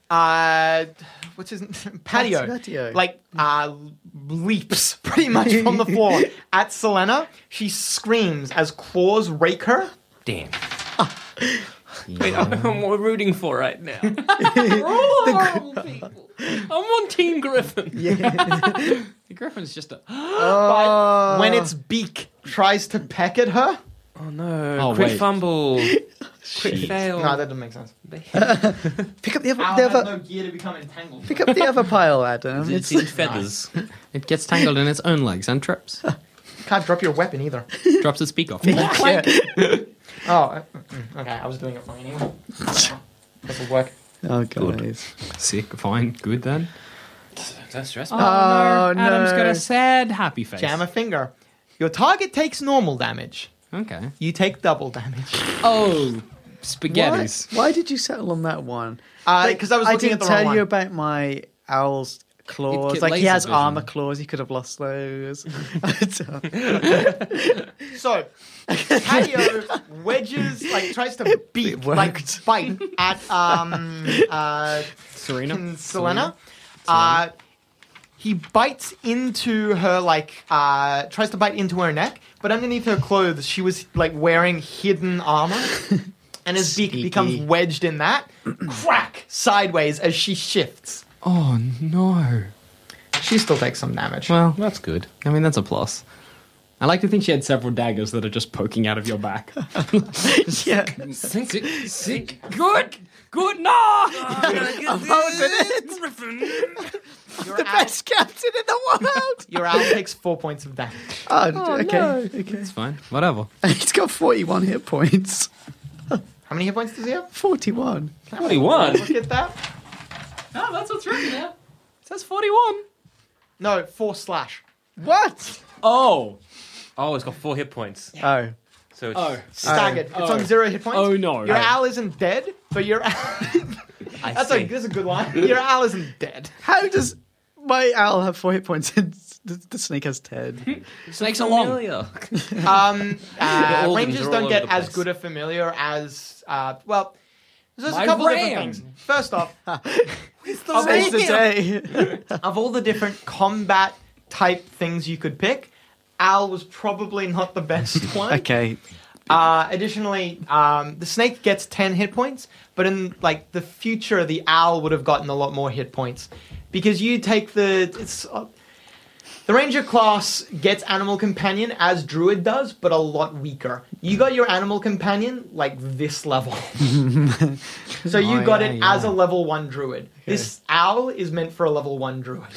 uh, what's his patio? Patio. Like uh, leaps pretty much from the floor at Selena. She screams as claws rake her. Damn. Wait, I'm we're rooting for right now. We're all horrible people. I'm on Team Griffin. the Griffin's just a. But when Uh. its beak tries to peck at her, Oh no! Oh, Quick wait. fumble. Quick fail. no, that doesn't make sense. Oh. Pick up the other. Owl The has other no gear to become entangled. pick up the other pile, Adam. it's It's in feathers. It gets tangled in its own legs and trips. Can't drop your weapon either. Drops its beak off. Oh, uh, mm, okay. I was doing it wrong anyway. This will work. oh guys. Sick, fine, good then. Don't stress me. Oh no. Adam's got a sad, happy face. Jam a finger. Your target takes normal damage. Okay. You take double damage. Oh, Why, spaghettis. why did you settle on that one? Uh, 'cause I was looking didn't at the tell wrong you one. about my owl's claws. get Like he laser has vision. armor claws. He could have lost those. So, Patio wedges, like, tries to beat, like, bite at um, uh, Serena. Selena. Uh, he bites into her, like, uh, tries to bite into her neck, but underneath her clothes, she was, like, wearing hidden armor. And his beak becomes wedged in that. Crack! Sideways as she shifts. Oh no. She still takes some damage. Well, that's good. I mean, that's a plus. I like to think she had several daggers that are just poking out of your back. yeah. sick, sick, good, good. No, Your owl, Best captain in the world. your owl takes four points of damage. oh, okay. Okay. it's fine. Whatever. He's got 41 hit points. How many hit points does he have? 41. Forty-one. Look at that. Oh, that's what's written there. It says forty-one. No, four slash. What? Oh, Oh, it's got four hit points. Oh. So it's, oh. Staggered. it's on zero hit points. Oh, no. Your Oh. owl isn't dead, but your that's I a that's a good line. Your owl isn't dead. How does my owl have four hit points and the, the snake has ten. Snakes are long. Um, uh, organs rangers are don't all get over the as place. good a familiar as uh, well. There's My a couple ram. different things. First off, Oh, it's the day. of all the different combat type things you could pick, Al was probably not the best one. okay. Uh, additionally, um, the snake gets ten hit points, but in like the future, the owl would have gotten a lot more hit points because you take the it's uh, the ranger class gets animal companion as druid does, but a lot weaker. You got your animal companion like this level, so you Oh, got yeah, it yeah. as a level one druid. This owl is meant for a level one druid.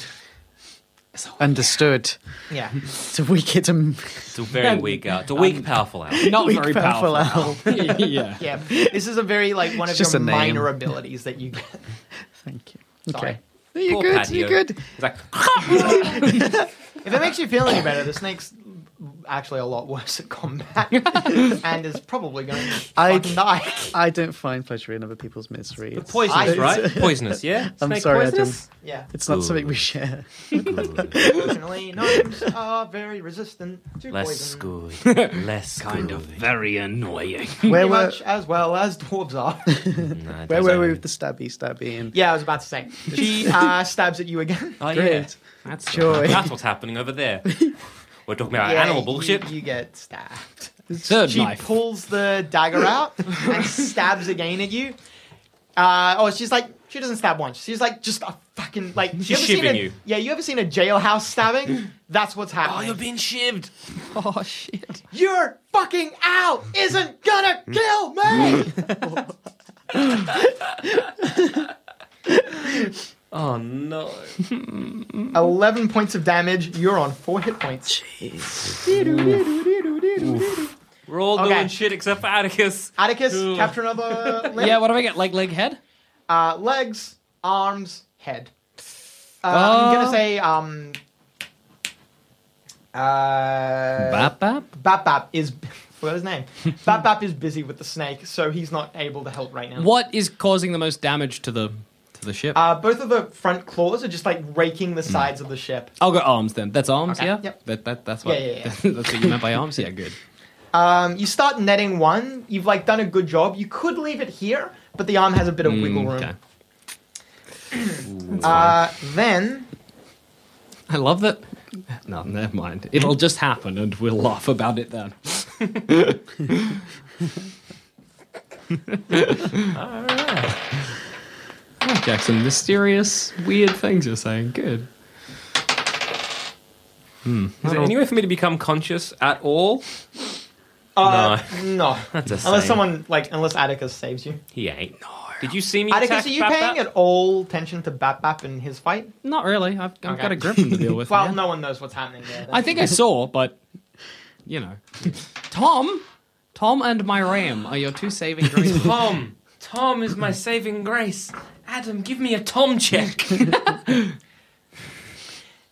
Understood. Yeah, It's a weak hit and um, It's a very weak out. It's a weak, powerful out. Not weak very powerful powerful. owl. yeah. yeah. This is a very like one of just your a name. minor abilities that you get. Thank you. Sorry. Okay. You're Poor good. patio. You're good. It's like If it makes you feel any better, the snake's actually a lot worse at combat and is probably going to I- fucking die. I don't find pleasure in other people's misery. It's, poisonous, I- right? Poisonous, yeah. I'm Snake sorry, poisonous? Yeah. it's not something we share. Fortunately, gnomes are very resistant to Less poison. good. Less kind of. Very Where annoying. Pretty were much as well as dwarves are. where were we with the stabby stabby and yeah, I was about to say. She uh, stabs at you again. Oh, yeah. Great. That's Joy. That's what's happening over there. We're talking about Yeah, animal you- bullshit. You get stabbed. Third She knife. pulls the dagger out and stabs again at you. Uh, oh, she's like, she doesn't stab once. She's like, just a fucking like. you ever seen shivving a- you. Yeah, you ever seen a jailhouse stabbing? That's what's happening. Oh, you're being shivved. Oh shit. Your fucking owl isn't gonna kill me. Oh, no. Eleven points of damage. You're on four hit points. We're all Okay. doing shit except for Atticus. Atticus, Ooh. capture another. Limb. Yeah, what do I get? Like leg head? Uh, legs, arms, head. Uh, I'm gonna say um. Uh, Bap bap. Bap Bap is forgot his name. Bap Bap is busy with the snake, so he's not able to help right now. What is causing the most damage to the to the ship? Uh, both of the front claws are just like raking Hmm. the sides of the ship. I'll go arms then. That's arms, Okay. yeah. Yep. That, that that's what Yeah, yeah, yeah. that's what you meant by arms. Yeah, good. Um, you start netting one. You've like done a good job. You could leave it here, but the arm has a bit of wiggle room. Mm, Hmm, Okay. Uh, then I love that. No, never mind. It'll just happen, and we'll laugh about it then. All right. Jackson, mysterious, weird things you're saying. Good. Is there any way for me to become conscious at all? uh, no, That's a unless shame. someone like unless Atticus saves you. He ain't. No. Did you see me attack Atticus, are you Bap paying Bap? at all attention to Bap Bap in his fight? Not really. I've, I've Okay. got a griffin to deal with. Well, man. no one knows what's happening there. I think I saw, but you know, Tom, Tom, and my ram are your two saving graces. Tom. Tom is my saving grace. Adam, give me a Tom check.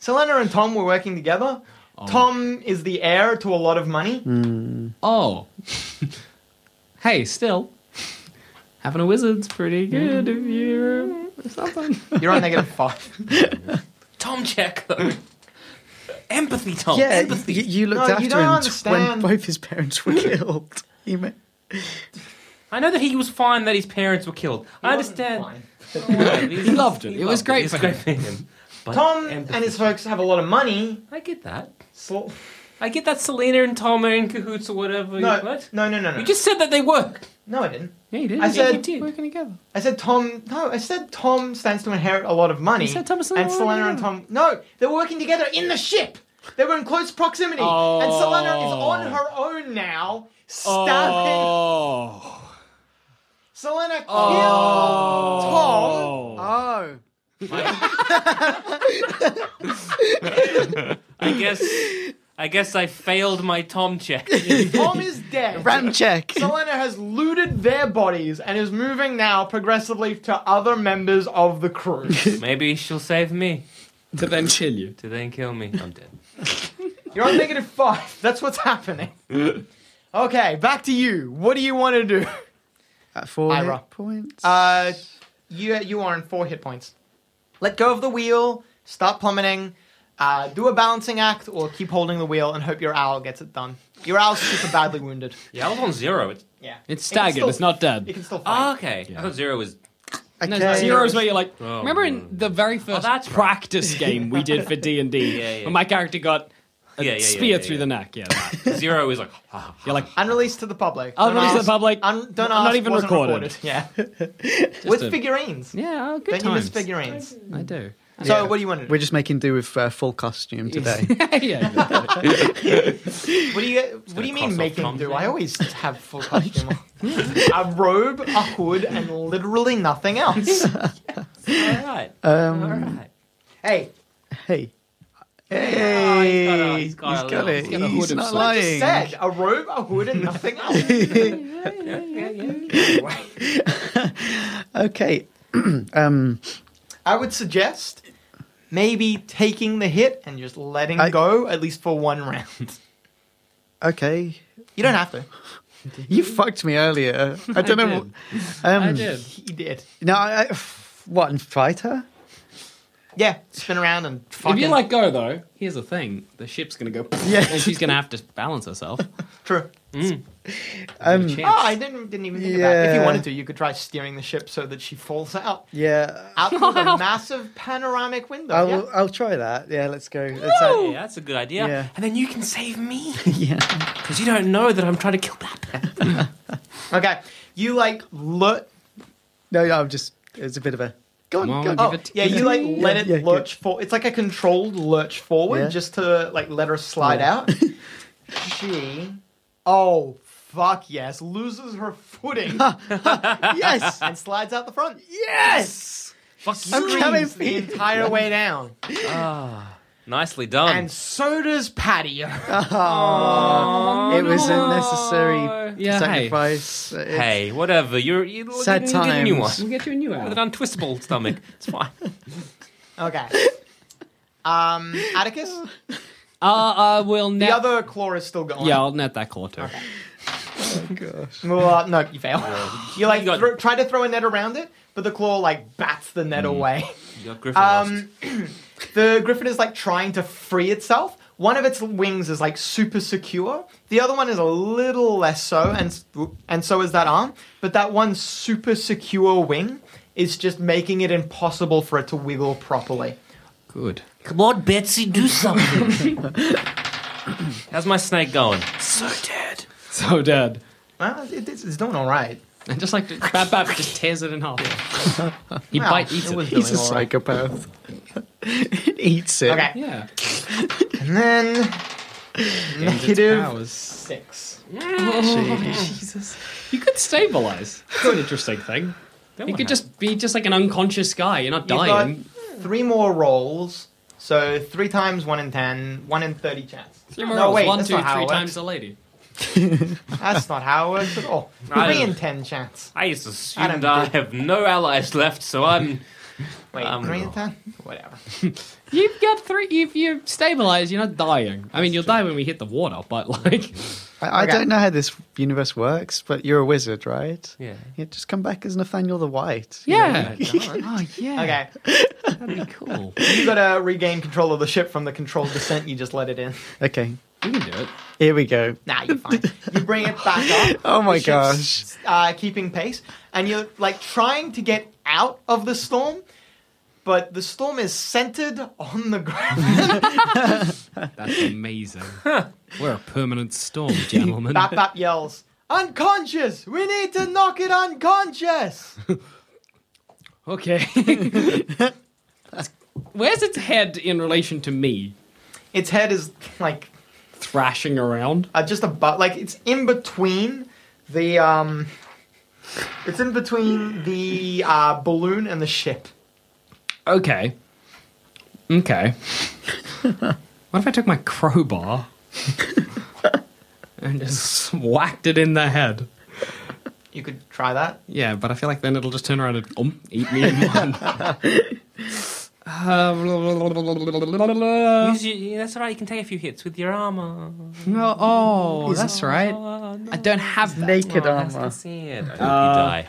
Selena and Tom were working together. Oh. Tom is the heir to a lot of money. oh, hey, still having a wizard's pretty good if you Mm-hmm. something. You're on negative five. Tom check, though. Empathy, Tom. Yeah, y- Empathy. you, looked No, you after don't him understand. when both his parents were killed. He ma- I know that he was fine that his parents were killed. I understand. Fine. he loved it. It was great It for was him. great for him. But Tom empathy. and his folks have a lot of money. I get that. So, I get that Selena and Tom are in cahoots or whatever. no, What? no, no, no, no. You just said that they were. No, I didn't. Yeah, you did. I said- working together. I said Tom. No, I said Tom stands to inherit a lot of money. You said Tom and Selena and were Selena working and Tom. No, they were working together in the ship. They were in close proximity, and Selena is on her own now, stabbing. Oh, Selena killed Tom. oh, I guess. I guess I failed my Tom check. Tom is dead. ram check. Selena has looted their bodies and is moving now progressively to other members of the crew. Maybe she'll save me to then kill you. to then kill me. I'm dead. You're on negative five. That's what's happening. Okay, back to you. What do you want to do? At four Ira. hit points. Uh, you you are in four hit points. Let go of the wheel. Stop plummeting. Uh, do a balancing act or keep holding the wheel and hope your owl gets it done. Your owl's super badly wounded. Yeah, I was on zero. It's, Yeah. It's It can staggered. still- it's not dead. It can still oh, fight. okay. I thought zero was. No, Okay. zero is where you're like. Oh, remember in the very first that's right. practice game we did for D and Yeah, D, yeah. when my character got a Yeah, yeah, yeah, spear yeah, through yeah. the neck. Yeah, that. Zero is like. ah. you're like Unreleased to the public. Don't Unreleased to the ask- public. Un- don't Not ask, even wasn't recorded. Yeah. With a- figurines. yeah, oh, good Don't you times. miss figurines. I do. So what do you want to do? We're just making do with uh, full costume today. yeah, What do you What do you mean cross off making Tom's do? name. I always have full costume. on. a robe, a hood, and literally nothing else. All right. All right. hey, hey, Oh, he's got a- he's got a he's got little- it. he's He's, got a hood of not sorts. just lying. said a robe, a hood, and nothing else. Anyway, Okay, I would suggest maybe taking the hit and just letting I- go at least for one round. okay. You don't have to. You fucked me earlier. I don't know. did. wh- Um, I did. He did. No, I, I- what and fight her? Yeah, spin around and fucking. If you like go though, here's the thing: the ship's gonna go, Yeah. and she's gonna have to balance herself. true. Um, Oh, I didn't didn't even think about it. If you Yeah. wanted to, you could try steering the ship so that she falls out. Yeah, Out through the massive panoramic window. I'll yeah? I'll try that. Yeah, let's go. Let's have- Yeah, that's a good idea. Yeah. And then you can save me. yeah. Because you don't know that I'm trying to kill Batman. Okay, you like lurch. No, no, I'm just. It's a bit of a. Go on, Come on, go on. give Oh, it to yeah, you like let it Yeah, yeah, lurch for. It's like a controlled lurch forward, Yeah. just to like let her slide out. she, oh fuck yes, loses her footing yes, and slides out the front. yes. Fuck I'm coming Screams for the you. entire way down, Nicely done. and so does Patio. it was a necessary Yeah, hey. sacrifice. It's- hey, whatever. You're you look Sad you get a new times. one. We'll get you a new With owl. an untwistable stomach. It's fine. Okay. Um, Atticus, Uh, I will the net. other claw is still going. yeah, I'll net that claw too. Well, uh, no, you fail. You like You got- thro- try to throw a net around it, but the claw like bats the Mm. net away. You got Griffin lost. Um, the griffin is like trying to free itself. One of its wings is like super secure. The other one is a little less so, and s- oop, and so is that arm. But that one super secure wing is just making it impossible for it to wiggle properly. Good. Come on, Betsy, do something. How's my snake going? So dead. Well, it, it's, it's doing all right. And just like Bap Bap just tears it in half. he Well, bite eats it it. was He's doing a all right. psychopath. it eats it. Okay, Yeah. and then negative Powers. six. Oh, Jesus. You could stabilize. That's an interesting thing. You could just be just like an unconscious guy. You're not You've dying. got three more rolls. So three times one in ten, one in thirty chance. Three more no, rolls. wait, One, that's two, not how three it times works. the lady. That's not how it works at all. Three in ten chance. I just I assumed don't I, do- have no allies left, so I'm. Wait, Um, three in ten? Whatever. You've got three. If you stabilize, you're not dying. I mean, you'll die when we hit the water, but like. I, I Okay. don't know how this universe works, but you're a wizard, right? Yeah. You just come back as Nathaniel the White. Yeah. oh yeah. Okay. That'd be cool. You gotta regain control of the ship from the controlled descent you just let it in. Okay. We can do it. Here we go. Nah, you're fine. You bring it back up. Oh my The gosh. ship's, Uh, keeping pace, and you're like trying to get out of the storm, but the storm is centered on the ground. That's amazing. We're a permanent storm, gentlemen. Bap Bap yells, "Unconscious! We need to knock it unconscious!" okay. Where's its head in relation to me? Its head is like Thrashing around. uh, just above, like it's in between the um, it's in between the uh, balloon and the ship. Okay. Okay. what if I took my crowbar and just whacked it in the head? You could try that. Yeah, but I feel like then it'll just turn around and um, eat me in one. Uh, Use your, yeah, that's alright, you can take a few hits with your armor. No, oh, that's right. I don't have that. Naked Oh, That's armor. the it. Uh, I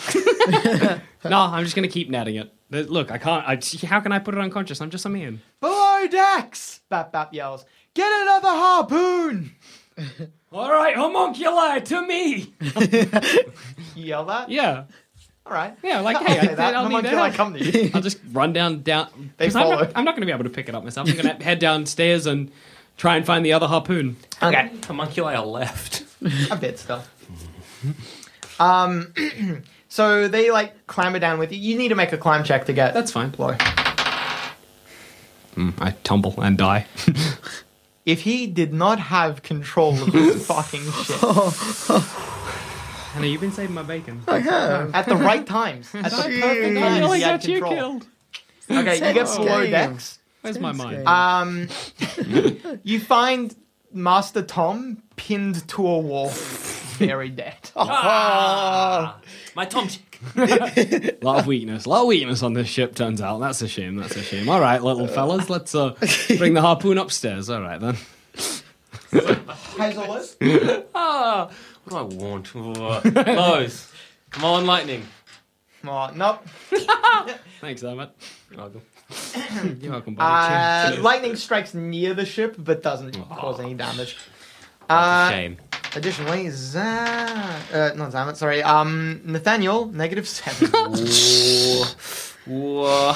hope you die. No, I'm just gonna keep netting it. Th- Look, I can't. I, how can I put it unconscious? I'm just a man. Below Go, Dax! Bap Bap yells. Get another harpoon! All right, homunculi to me. You yell that? Yeah. All right. Yeah, like, I'll hey, say I, that. I'll Homunculi need that. come to you. I'll just run down down. They 'cause I'm follow. not, I'm not going to be able to pick it up myself. I'm going to head downstairs and try and find the other harpoon. Okay, homunculi are left. a bit stuff. Um, so they like clamber down with you. You need to make a climb check to get That's fine. low. Mm, I tumble and die. If he did not have control of this fucking Oh. shit Hannah, you've been saving my bacon. at the right times, at the perfect I times, nearly he had got you control. killed. Okay, you get Sense below game. decks. Where's my mind? Um, you find Master Tom pinned to a wall, very dead. My Tom chick. lot of weakness. lot of weakness on this ship, turns out. That's a shame. That's a shame. All right, little fellas, let's uh, bring the harpoon upstairs. All right, then. Hazelus, What do I want? Close. Come on, lightning. oh, nope. Thanks, Ahmed. You're welcome. You're welcome, buddy. Uh, lightning strikes near the ship but doesn't cause any damage. Uh, Shame. Additionally, Zan, uh, not Zaman, sorry, um, Nathaniel, negative seven. Whoa.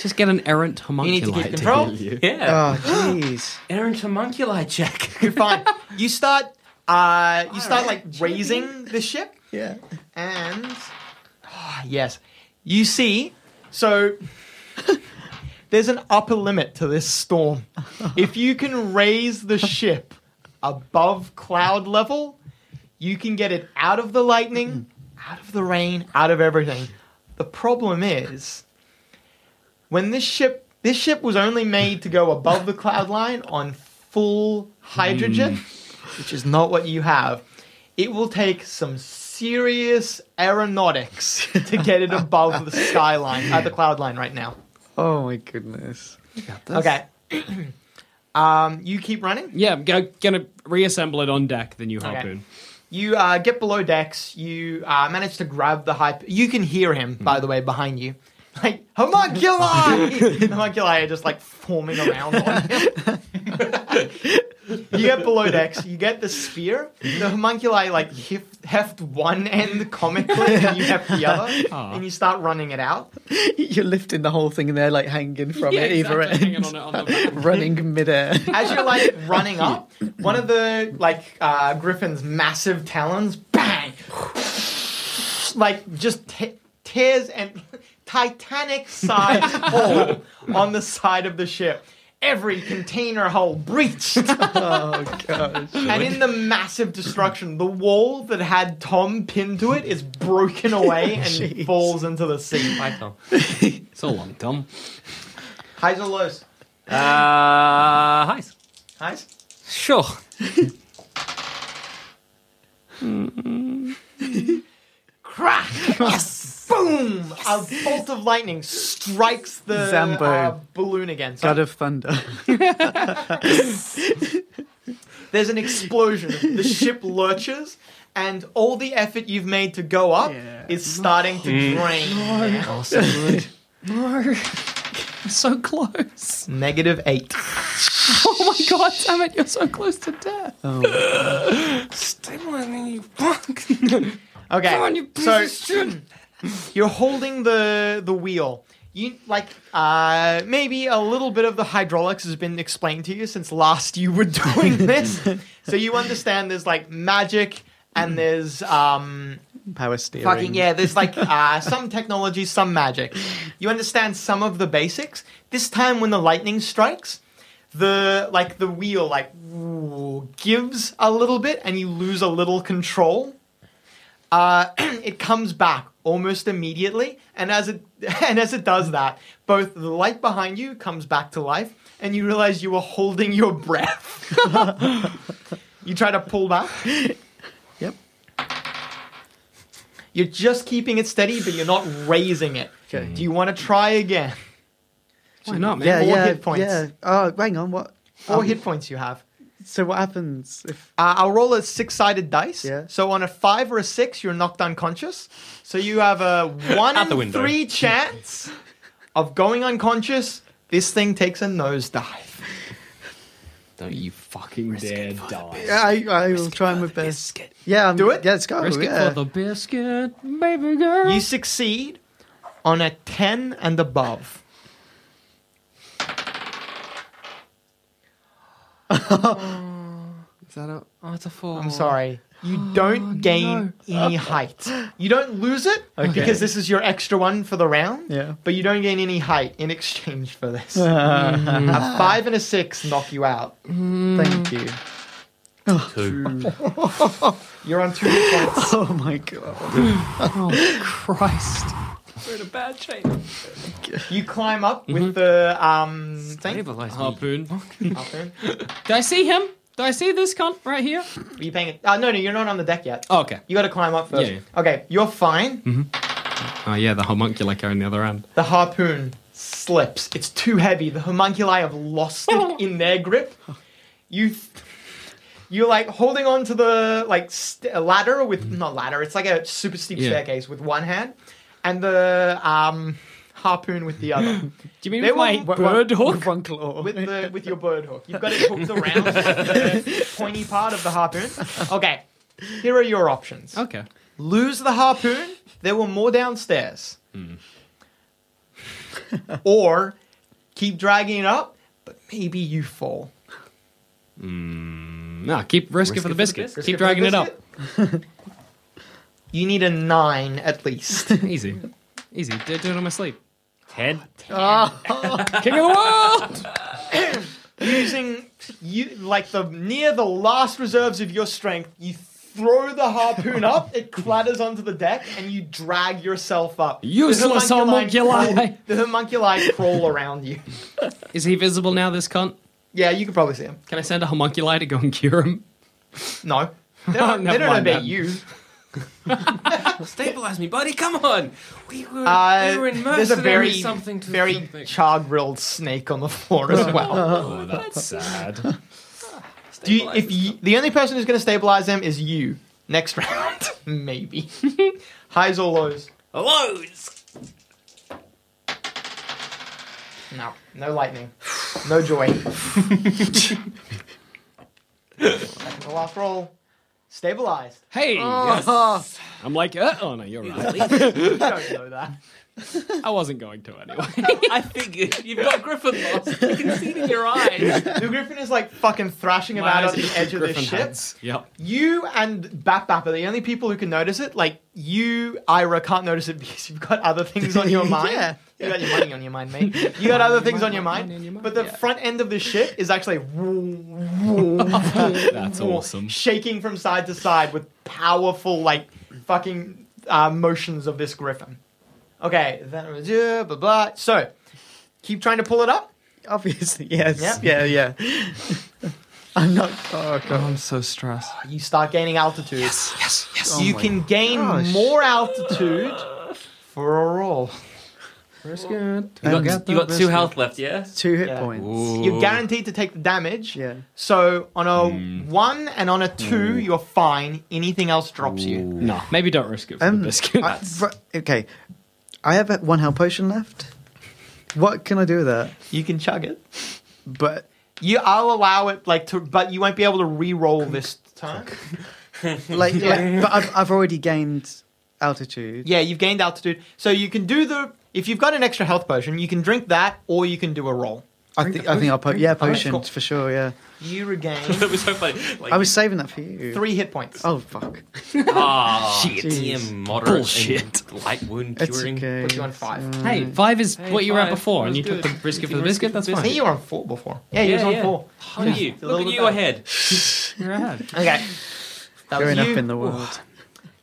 Just get an errant you need to homunculi. keep control. Yeah. Uh. Oh, jeez. Errant homunculi check. You're fine. You start, uh, you start like raising the ship, Yeah. and Ah, yes, you see. So there's an upper limit to this storm. If you can raise the ship above cloud level, you can get it out of the lightning, out of the rain, out of everything. The problem is when this ship this ship was only made to go above the cloud line on full hydrogen, which is not what you have. It will take some serious aeronautics to get it above the skyline, uh, the cloud line right now. Oh my goodness. Okay. um, you keep running. Yeah, I'm go- gonna reassemble it on deck, the new harpoon. You uh, get below decks. You uh, manage to grab the hype. You can hear him, by the way, behind you. Like, homunculi! homunculi are just like forming around on him. you get below decks. You get the sphere. The homunculi like heft, heft one end comically and you heft the other. And you start running it out. You're lifting the whole thing and they're like hanging from it, either end. exactly, hanging on it on the back. running midair. as you're like running up, one of the like uh, Griffin's massive talons, bang, like just t- tears and Titanic sized hole on the side of the ship. Every container hole breached, oh gosh. and in the massive destruction, the wall that had Tom pinned to it is broken away and Jeez. falls into the sea. Bye, Tom. So long, Tom. Highs or lows? Uh, hi. Highs. Sure. crack, yes, boom, a bolt of lightning strikes the Zambo. uh, balloon again. So God of thunder. there's an explosion. the ship lurches, and all the effort you've made to go up Yeah. is starting to drain. I'm so close. Negative eight. Oh my god, damn it, you're so close to death. Okay, you piece so of shit. you're holding the the wheel. You like uh, maybe a little bit of the hydraulics has been explained to you since last you were doing this, so you understand there's like magic and there's um, Power steering. Fucking yeah, there's like uh, some technology, some magic. You understand some of the basics. This time when the lightning strikes, the like the wheel like woo, gives a little bit and you lose a little control. Uh, it comes back almost immediately, and as it and as it does that, both the light behind you comes back to life, and you realize you were holding your breath. you try to pull back. Yep. You're just keeping it steady, but you're not raising it. Okay. Do you want to try again? Why not, man? Yeah, Four yeah, hit points. yeah. Oh, hang on. What? Um, Four hit points you have. So what happens if? Uh, I'll roll a six sided dice. Yeah. So on a five or a six, you're knocked unconscious. So you have a one Out the in window. three chance of going unconscious This thing takes a nosedive. Don't you fucking dare die. Yeah, I, I will try my best. Yeah, I'm, do it. Yeah, let's Oh, go. Risk yeah. it for the biscuit, baby girl. You succeed on a 10 and above. Is that a, oh, it's a four. I'm sorry. You don't gain any height. You don't lose it because this is your extra one for the round. Yeah. But you don't gain any height in exchange for this. A five and a six knock you out. Mm. Thank you. You're on two hit points. Oh my god. Christ. We're in a bad shape. You climb up Mm-hmm. with the um thing. Stabilize me. Oh, Harpoon. Up there. Do I see him? Do I see this cunt right here? Are you paying it? Uh, no, no, you're not on the deck yet. Oh, okay. You got to climb up first. Yeah, Mm-hmm. Okay, you're fine. Oh, yeah, the homunculi in the other end. The harpoon slips. It's too heavy. The homunculi have lost it in their grip. You, th- you're like holding on to the like st- ladder with not ladder. It's like a super steep Mm-hmm. Yeah. staircase with one hand, and the um, harpoon with the other. Do you mean They with my were- bird hook? One claw. With the with your bird hook, you've got it hooked around the pointy part of the harpoon. Okay, here are your options: Okay. lose the harpoon. There were more downstairs. Hmm. or keep dragging it up, but maybe you fall. No, keep risking Mm. for the biscuit. biscuit. Keep dragging it up. You need a nine at least. Easy. Easy. Do, do it on my sleep. Ten. King of the world! Using you like the near the last reserves of your strength, you throw the harpoon up, it clatters onto the deck, and you drag yourself up. The Useless homunculi. The homunculi crawl around you. Is he visible now, this cunt? Yeah, you could probably see them. Can I send a homunculi to go and cure him? No. They don't, they Oh, Never don't know mind about then. you. Stabilize me, buddy. Come on. We were, Uh, we were in mercenary there's a very, something to very something. char-grilled snake on the floor as well. Oh, that's sad. Do you, if you, the only person who's going to stabilize them is you next round, maybe highs or lows. Loads. No, no lightning, no joy. the last roll, stabilized. Hey! Oh. yes. I'm like, uh, oh no, you're right. You don't know that. I wasn't going to anyway. I figured you've got Griffin lost. You can see it in your eyes. The griffin is like fucking thrashing My about eyes on are the edge of this griffin ship. heads. Yep. You and Bap Bap are the only people who can notice it. Like you, Ira can't notice it because you've got other things on your mind. Yeah. You got your money on your mind, mate. You got other things on your money, mind. money on your mind. But the front end of the ship is actually That's awesome. shaking from side to side with powerful, like, fucking uh, motions of this griffin. Okay, that was yeah, blah blah. So, keep trying to pull it up. Obviously, yes. Yep. Yeah, yeah. I'm not. Oh god. I'm so stressed. Ah, You start gaining altitude. Yes, yes, yes. Oh you can gain more altitude for a roll. You got, you got two health left, yeah? Two hit Yeah. points. You're guaranteed to take the damage. Yeah. Hmm. So on a one and on a two, you're fine. Anything else drops you. No, maybe don't risk it for Um, the biscuit. I- v- okay, I have one health potion left. What can I do with that? You can chug it. But You, I'll allow it, like to, but you won't be able to re-roll this time. like, like- but I've, I've already gained altitude. Yeah, you've gained altitude, so you can do the. If you've got an extra health potion, you can drink that, or you can do a roll. I think I think I'll po- yeah Alright, potions cool. for sure. Yeah, You regain That was so funny. Like, I was saving that for you. three hit points. Oh fuck! ah, shit. Jeez. Moderate Bullshit. Light wound It's curing. okay. Put you on five. Uh, hey, five is what you were at five. before, and That you was took the good. risk it for the biscuit. That's I think fine. you were on four before. Yeah, you was on four. How are you? little Look at bit you better. ahead. You're ahead. Okay. That was Growing up you. in the world.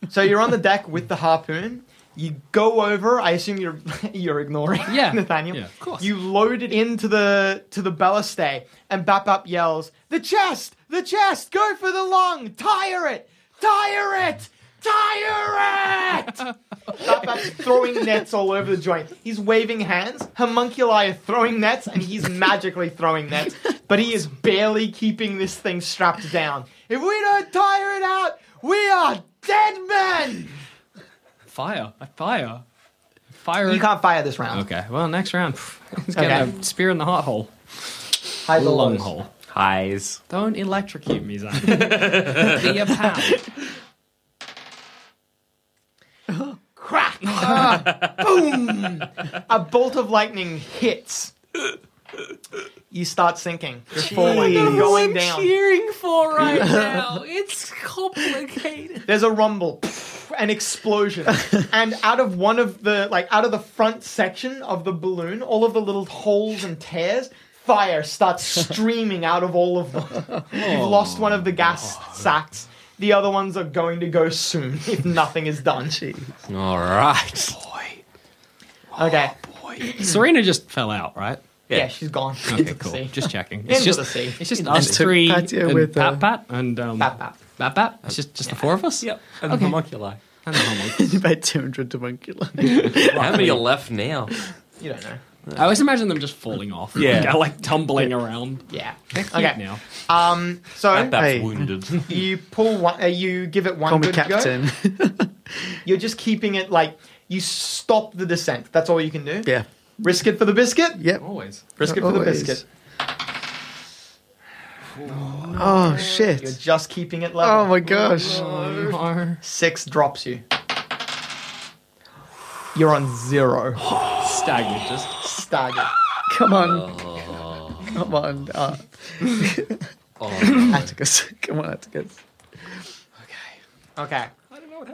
So you're on the deck with the harpoon. You go over. I assume you're you're ignoring Yeah. Nathaniel. Yeah, of course. You load it into the to the ballastay, and Bap Bap yells, "The chest, the chest, go for the lung, tire it, tire it, tire it!" Bap Bap's throwing nets all over the joint. He's waving hands. Homunculi are throwing nets, and he's magically throwing nets. But he is barely keeping this thing strapped down. If we don't tire it out, we are dead men. Fire. I fire. Fire. You can't fire this round. Okay. Well, next round. pff, He's getting Okay. a spear in the heart hole. High low, Long lows. hole. Highs. Don't electrocute me, Zach. Be a pal. Crack! Ah, boom! A bolt of lightning hits. You start sinking. You're falling. You're going down. cheering for right now. It's complicated. There's a rumble, an explosion, and out of one of the like out of the front section of the balloon, all of the little holes and tears, fire starts streaming out of all of them. You've lost one of the gas Oh, sacks. The other ones are going to go soon if nothing is done. All right. Okay. Serena just fell out, right? Yeah, she's gone. Okay, cool. Just checking. It's Into just the sea. It's just Into us the sea. three Patio and with, uh, Pat Pat and um, Bap, bap. Bat Bat. It's just just the four of us. Yep. And the homunculi. And the homo. About 200 homunculi. How many are left now? You don't know. I always imagine them just falling off. Yeah. Like, like tumbling around. Yeah. Okay. Okay. Now. Um. So That's Hey. wounded. you pull one. Uh, you give it one Call me good captain. go. You're just keeping it like you stop the descent. That's all you can do. yeah. Risk it for the biscuit. Yep. Always. Risk it for the Always. biscuit. Oh, You're shit. just keeping it level. Oh, my gosh. Six drops you. You're on zero. Staggered. Just Stagger. Come on. Come on. Uh, Atticus. Come on, Atticus. Okay.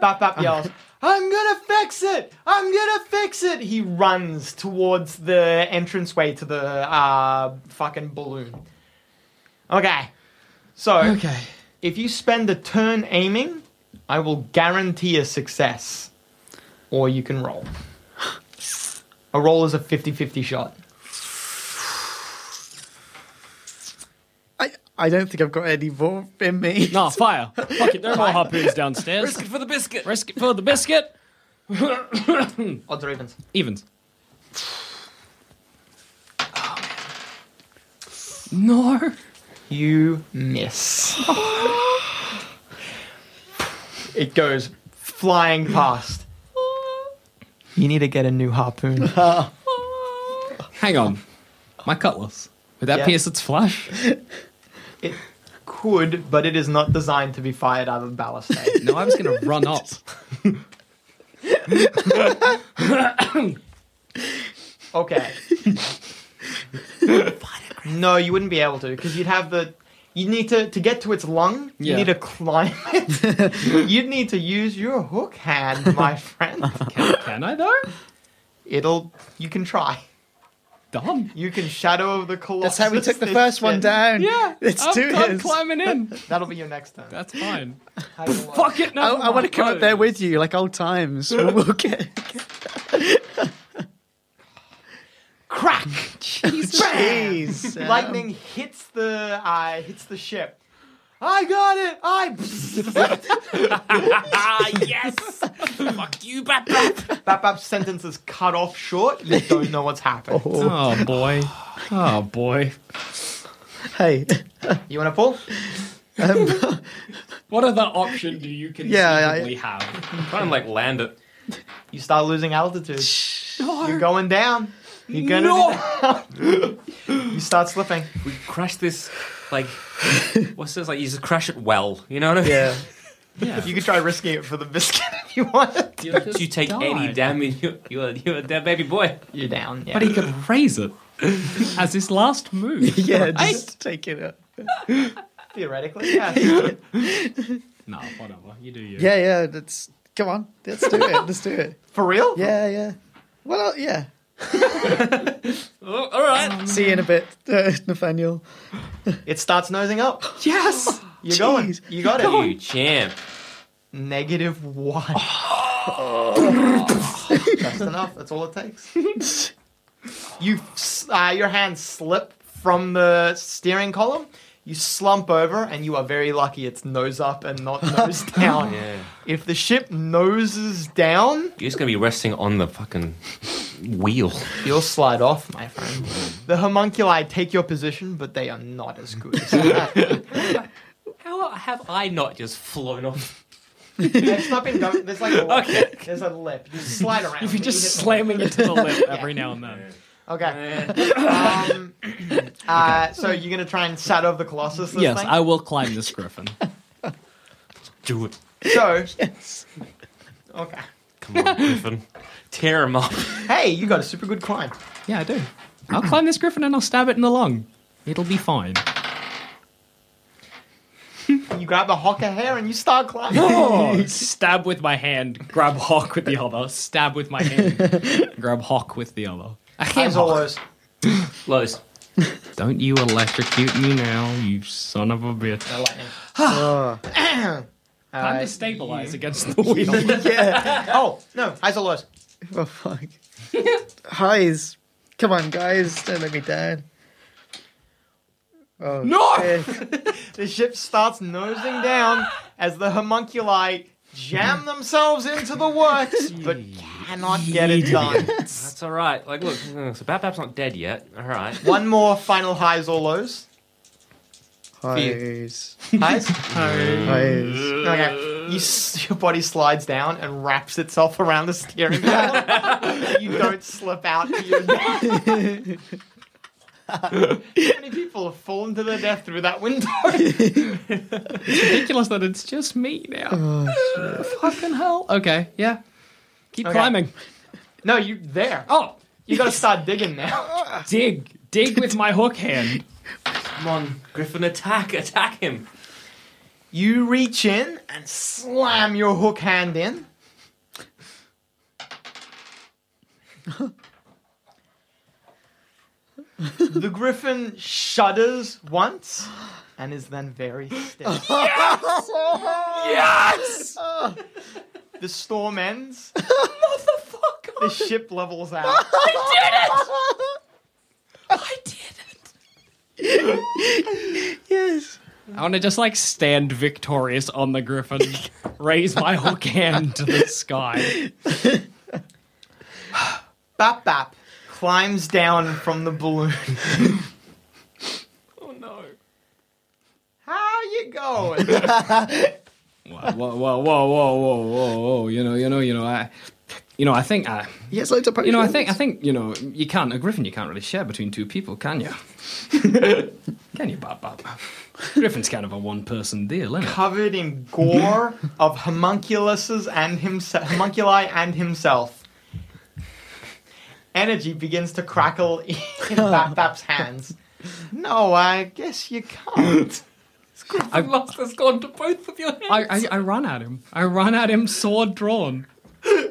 Bap Bap yells, I'm gonna fix it! I'm gonna fix it! He runs towards the entranceway to the uh, fucking balloon. Okay. So, Okay. if you spend a turn aiming, I will guarantee a success. Or you can roll. A roll is a 50 50 shot. I, I don't think I've got any more in me. no fire. Fuck it. There are more harpoons downstairs. Risk it for the biscuit. Risk it for the biscuit. Odds or evens? Evens. No. You miss. it goes flying past. You need to get a new harpoon. Hang on. My cutlass. Would that Yeah. pierce its flesh? it could, but it is not designed to be fired out of ballast. No, I was going to run up. Okay. no, you wouldn't be able to because you'd have the. You need to to get to its lung. You Yeah. need to climb it. You'd need to use your hook hand, my friend. Can I though? It'll. You can try. Dumb. You can shadow of the colossus. That's how we took the this first one shit. down. Yeah, It's I'm, two I'm years. climbing in. That'll be your next turn. That's fine. How you like. Fuck it, no. I, I want to come up there with you, like old times. We'll, we'll get. Crack. Jeez. Lightning hits the uh, hits the ship. I got it. I. Ah, yes. Fuck you, Bat Bat. Bap Bap's sentence is cut off short. You don't know what's happened. Oh boy. Oh boy. Hey. You want to pull? Um, What other option do you conceivably Yeah, I- have? Try and like land it. You start losing altitude. You're going down. You're gonna. be down. you start slipping. We crash this, like, what's this? Like, you just crash it well. You know what I mean? yeah. You could try risking it for the biscuit if you want. You, you take any damage, you're, you're, you're a dead baby boy. You're down. Yeah. But he could raise it as his last move. Yeah, just take it up. theoretically, yeah. nah, whatever. You do you. Yeah, yeah. That's come on. Let's do it. Let's do it. For real? Yeah, yeah. Well, uh, yeah. Oh, all right. See you in a bit, uh, Nathaniel. It starts nosing up. Yes. You're going. Jeez. You got it. You champ. Negative one. That's enough. That's all it takes. You, s- uh, your hands slip from the steering column. You slump over, and you are very lucky. It's nose up and not nose down. Yeah. If the ship noses down, You're just gonna be resting on the fucking wheel. you'll slide off, my friend. The homunculi take your position, but they are not as good. How have I not just flown off? it's not been done. There's like a lip. There's a lip. You slide around. You're just hit the slamming it to the lip every now and then. Okay. um, uh, so you're gonna try and shadow of the colossus. This Yes, thing? I will climb this griffin. Do it. So. Okay. Come on, Griffin. Tear him up. Hey, you got a super good climb. Yeah, I do. I'll climb this griffin and I'll stab it in the lung. It'll be fine. You grab the hawker hair and you start climbing. Oh! stab with my hand, grab hawk with the other, stab with my hand, grab hawk with the other. I can't As always. Lois. Don't you electrocute me now, you son of a bitch. Time to stabilize against the wheel. Oh no, highs or lows? Oh fuck. Highs. Come on, guys. Don't let me down. Oh, No! shit. The ship starts nosing down as the homunculi jam themselves into the works, but cannot get it done. That's all right. Like, look, uh, so Babab's not dead yet. All right. One more final highs or lows. Highs. Highs. Highs. Okay. Uh, You, s- your body slides down and wraps itself around the steering wheel. you don't slip out. To your death. How many people have fallen to their death through that window? Ridiculous that it's just me now. Oh, Fucking hell. Okay, yeah. Keep Okay. climbing. no, you there. Oh, You gotta start digging now. dig, dig with my hook hand. Come on, Griffin, attack, attack him. You reach in and slam your hook hand in. the griffin shudders once and is then very still. Yes! yes! the storm ends. Motherfucker! The ship levels out. Yes. I want to just like stand victorious on the griffin, raise my hook hand to the sky. Bap Bap climbs down from the balloon. Oh no. How you going? Whoa, whoa, whoa, whoa, whoa, whoa, whoa. You know, you know, you know, I. You know, I think I. Yes, loads of potions. You know, I think, I think, you know, you can't, a griffin you can't really share between two people, can you? can you, Bob Bob? Griffin's kind of a one person deal, isn't it? covered in gore of homunculuses and himself, homunculi and himself. Energy begins to crackle in Bap Bap's hands. No, I guess you can't. I've lost has gone to both of your hands. I, I, I run at him. I run at him sword drawn.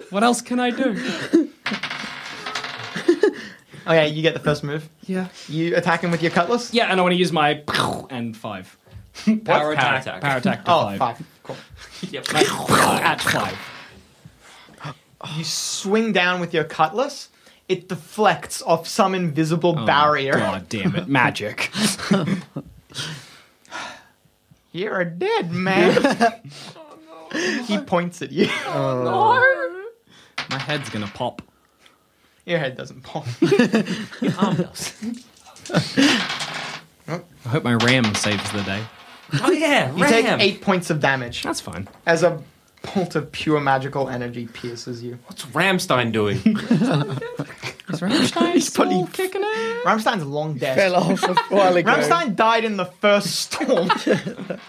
What else can I do? Okay, you get the first move. Yeah. You attack him with your cutlass. Yeah, and I want to use my pow and five. Power Power attack. attack. Power attack to Oh, five. five. Cool. Yep. At five. You swing down with your cutlass. It deflects off some invisible barrier. Oh God damn it. Magic. You're a dead man. Oh, He points at you. My head's gonna pop. Your head doesn't pop. I hope my ram saves the day. Oh, yeah, You take Ram. eight points of damage That's fine. as a bolt of pure magical energy pierces you. What's Ramstein doing? Is Rammstein still kicking it? Ramstein's long fell dead. off a while ago. Ramstein died in the first storm.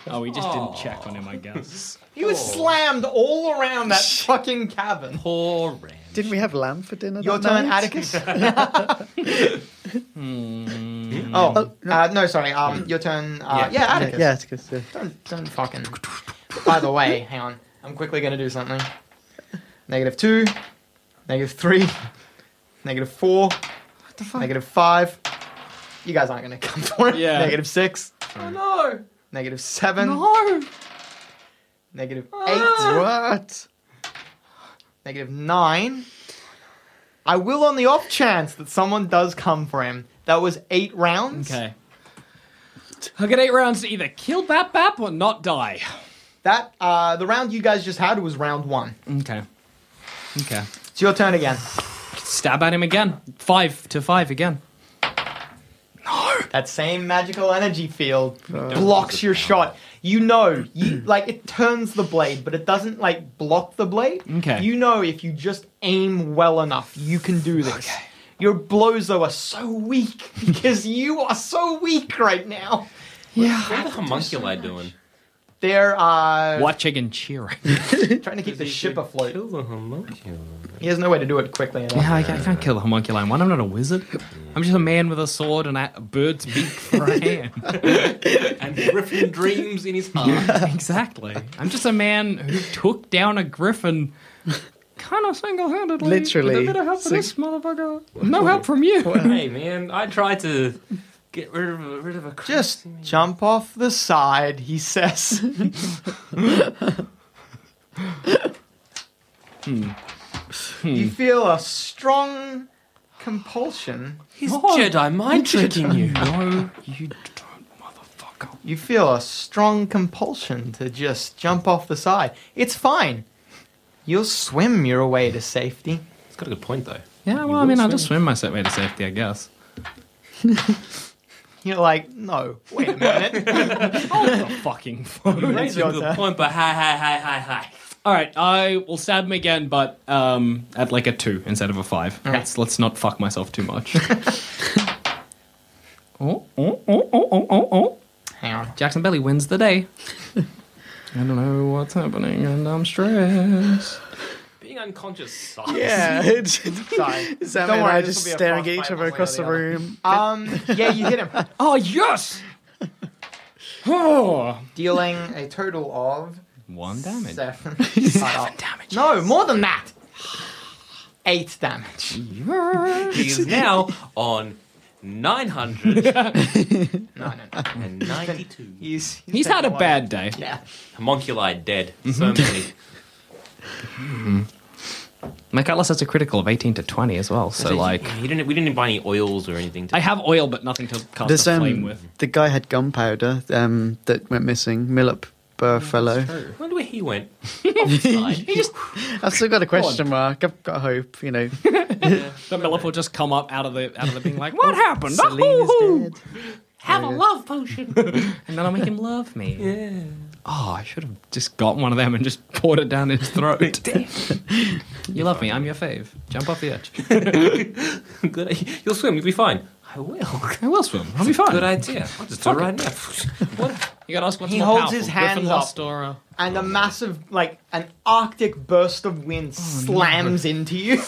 Oh, we just didn't check on him, I guess. he was Oh. slammed all around that fucking cavern. Poor Ram. Didn't we have lamb for dinner? Your that turn, night? Atticus. oh, uh, no, sorry. Um, your turn. Uh, yeah. Atticus. Yeah, Atticus. Yeah. Don't, don't fucking. By the way, hang on. I'm quickly gonna do something. Negative two, negative three, negative four, negative five. You guys aren't gonna come for it. Yeah. Negative six. Oh no. Negative seven. No! negative eight. What? Negative nine. I will on the off chance that someone does come for him. That was eight rounds. Okay. I'll get eight rounds to either kill Bap Bap or not die. That uh, the round you guys just had was round one. Okay. Okay. It's your turn again. Stab at him again. Five to five again. That same magical energy field blocks your shot. you know, you, like it turns the blade, but it doesn't like block the blade. Okay. You know, if you just aim well enough, you can do this. Your blows though are so weak because you are so weak right now. Yeah. What the homunculi doing? There are Watching and cheering. trying to keep the ship afloat. He has no way to do it quickly enough. Yeah, I, I can't kill the homunculine one. I'm not a wizard. I'm just a man with a sword and a bird's beak for a hand. And Griffin dreams in his heart. exactly. I'm just a man who took down a griffin kind of single handedly. Literally. With a bit of help from Six- this motherfucker. No help from you. hey man, I tried to get rid of a, rid of a cr- Just jump off the side, he says. Hmm. You feel a strong compulsion. His Jedi mind tricking you. No, you don't, motherfucker. You feel a strong compulsion to just jump off the side. It's fine. You'll swim your way to safety. It's got a good point though. Yeah, well, I mean, I'll just swim my set way to safety, I guess. You're like, no, wait a minute. Fucking phone. It's That's a your good turn. point, but hi hi hi hi hi. All right, I will stab him again, but um, at like a two instead of a five. Let's let's not fuck myself too much. oh, oh, oh, oh, oh, oh, oh. Hang on. Jackson Belly wins the day. I don't know what's happening, and I'm stressed. Being unconscious sucks. Yeah. Sorry. Sam Don't and worry, I this just will be a staring at frostbite each other one way or across the the other. room. Um, yeah, you hit him. Oh yes! Oh. Dealing a total of One damage. seven. Seven damage. No, more than that. Eight damage. He is now on 992. No, no, no. He's, He's had a taken bad day. Yeah. Homunculi dead. So Mm-hmm. many. My cutlass has a critical of 18 to 20 as well, so like. Yeah, you didn't, we didn't buy any oils or anything. To, I have oil, but nothing to cast This, a um, flame with. the guy had gunpowder um, that went missing. Millip Burfellow. I wonder where he went. Offside. I've still got a question mark. I've got hope, you know. The Millip will just come up out of the out of the being like, "What happened? Selena's Oh, dead. Have a love Oh, potion. and then I'll make him love me. Yeah. Oh, I should have just gotten one of them and just poured it down his throat. you love me. I'm your fave. Jump off the edge. Good. You'll swim. You'll be fine. I will. I will swim. I'll be fine. Good idea. I'll just do it right now. What? You gotta ask what's He more holds powerful, his Griffin hands Lust up. or, uh, And a massive, like, an arctic burst of wind slams into you.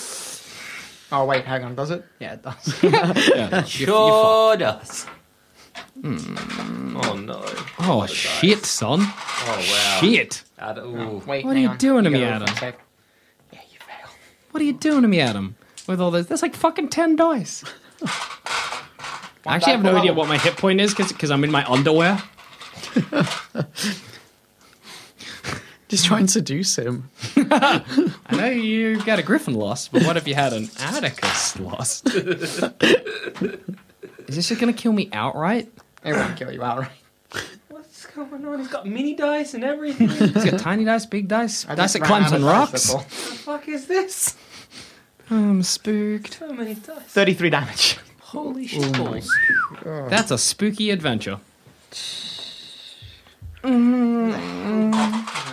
Oh, wait, hang on, does it? Yeah, it does. Sure does. Hmm. Oh no. Oh shit, son. Oh wow. Shit. Ad- ooh. Wait, What are hang you on. doing to me, gotta Adam? check. What are you doing to me, Adam? With all those, that's like fucking ten dice. I actually have no idea what my hit point is because I'm in my underwear. Just try and seduce him. I know you got a griffin lost, but what if you had an Atticus lost? Is this just gonna kill me outright? It won't kill you outright. What's going on? He's got mini dice and everything. He's got tiny dice, big dice, I dice just that ran climbs out on of rocks. bicycle. the fuck is this? I'm spooked. So many dice. 33 damage. Holy shit Oh, balls. That's a spooky adventure.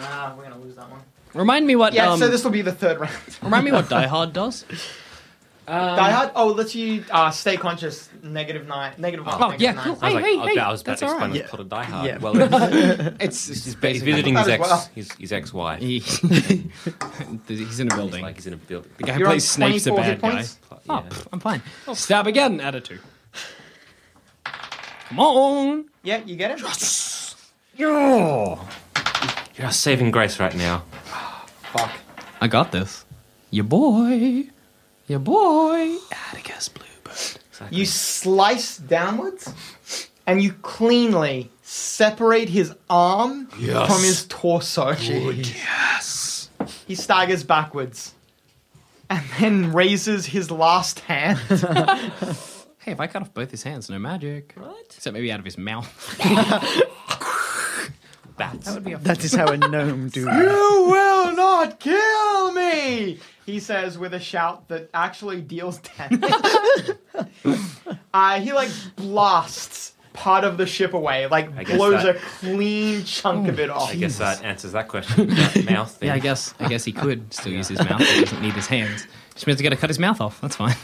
Ah, we're gonna lose that one. Remind me what Yeah, um, so this will be the third round. remind me what Die Hard does. Um, Die Hard. Oh, let's you uh, stay conscious. Negative nine. Negative one. Oh, negative yeah, nine. cool. I was Hey, like, hey, oh, hey, I was about that's to explain alright. the plot of Die Hard. Yeah. Well, it's, It's, it's he's basically visiting his That ex, as well. his, his ex-wife. He- he's in a building. Like he's in a building. the guy who You're plays on Snape's a 24 bad hit guy. points. Plot- Oh, yeah. pff, I'm fine. Stab again at a two. Come on. Yeah, you get it. Yo. You're our saving grace right now. Fuck. I got this. Your boy. Your boy. Atticus Bluebird. You slice downwards, and you cleanly separate his arm from his torso. Yes. He staggers backwards, and then raises his last hand. Hey, if I cut off both his hands, no magic. Right? Except maybe out of his mouth. Bats. That is how a gnome do it. you will not kill me. He says with a shout that actually deals damage. uh, he like blasts part of the ship away, like I guess blows that- a clean chunk of it off. I guess that answers that question. That mouth thing. Yeah, I guess I guess he could still use his mouth. He doesn't need his hands. Just means he's got to cut his mouth off. That's fine.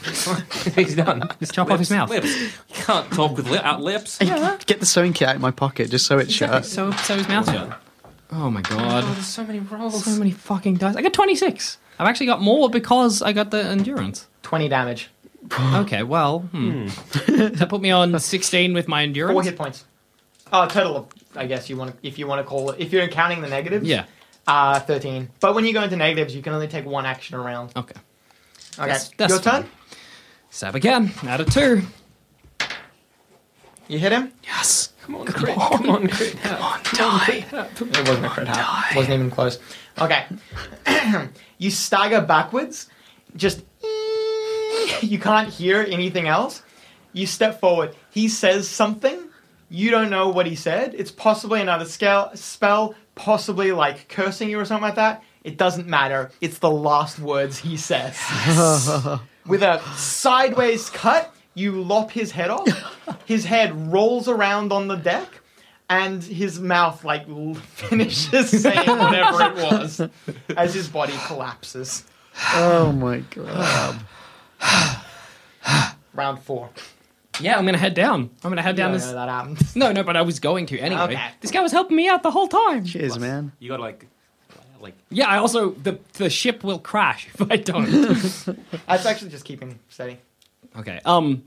He's done. Just chop off his mouth. Lips. You can't talk with li- out lips. Get the sewing kit out of my pocket just so it's shut. So so his mouth shut. Oh my god. there's so many rolls. So many fucking dice. I got 26. I've actually got more because I got the endurance. 20 damage. Okay, well, hmm. that put me on 16 with my endurance. Four hit points. Oh, total of, I guess you want to, if you want to call it, if you're counting the negatives. Yeah. Uh, 13. But when you go into negatives, you can only take one action a round. Okay. Oh, Okay. That's- that's Your turn? Stab again. Out of two. You hit him? Yes. Come on, crit. Come on, crit. Come on, die. It wasn't a crit hit. Wasn't even close. Okay. you stagger backwards. Just you can't hear anything else. You step forward. He says something. You don't know what he said. It's possibly another scale, spell, possibly like cursing you or something like that. It doesn't matter. It's the last words he says. With a sideways cut, you lop his head off. His head rolls around on the deck, and his mouth like l- finishes saying whatever it was as his body collapses. Oh my god. Round four. Yeah, I'm going to head down. I'm going to head down No, this. no, that No, no, but I was going to anyway. Okay. This guy was helping me out the whole time. Cheers, man. You got like, like. Yeah, I also. The, the ship will crash if I don't. That's actually just keeping steady. okay, um.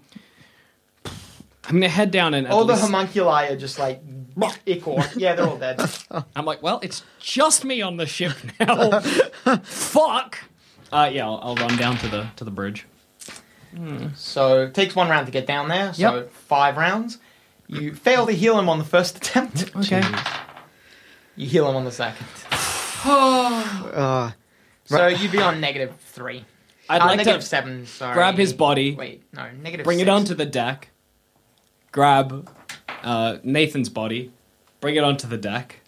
I'm going to head down and. at all the least- homunculi are just like ichor. Yeah, they're all dead. I'm like, well, it's just me on the ship now. Fuck. Uh, yeah, I'll, I'll run down to the to the bridge. So takes one round to get down there. So Yep. five rounds. You fail to heal him on the first attempt. Okay. You heal him on the second. Uh, So you'd be on negative three. I'd Uh, like negative to seven. Sorry. grab his body. Wait, no, negative. Bring it six. onto the deck. Grab uh, Nathan's body. Bring it onto the deck.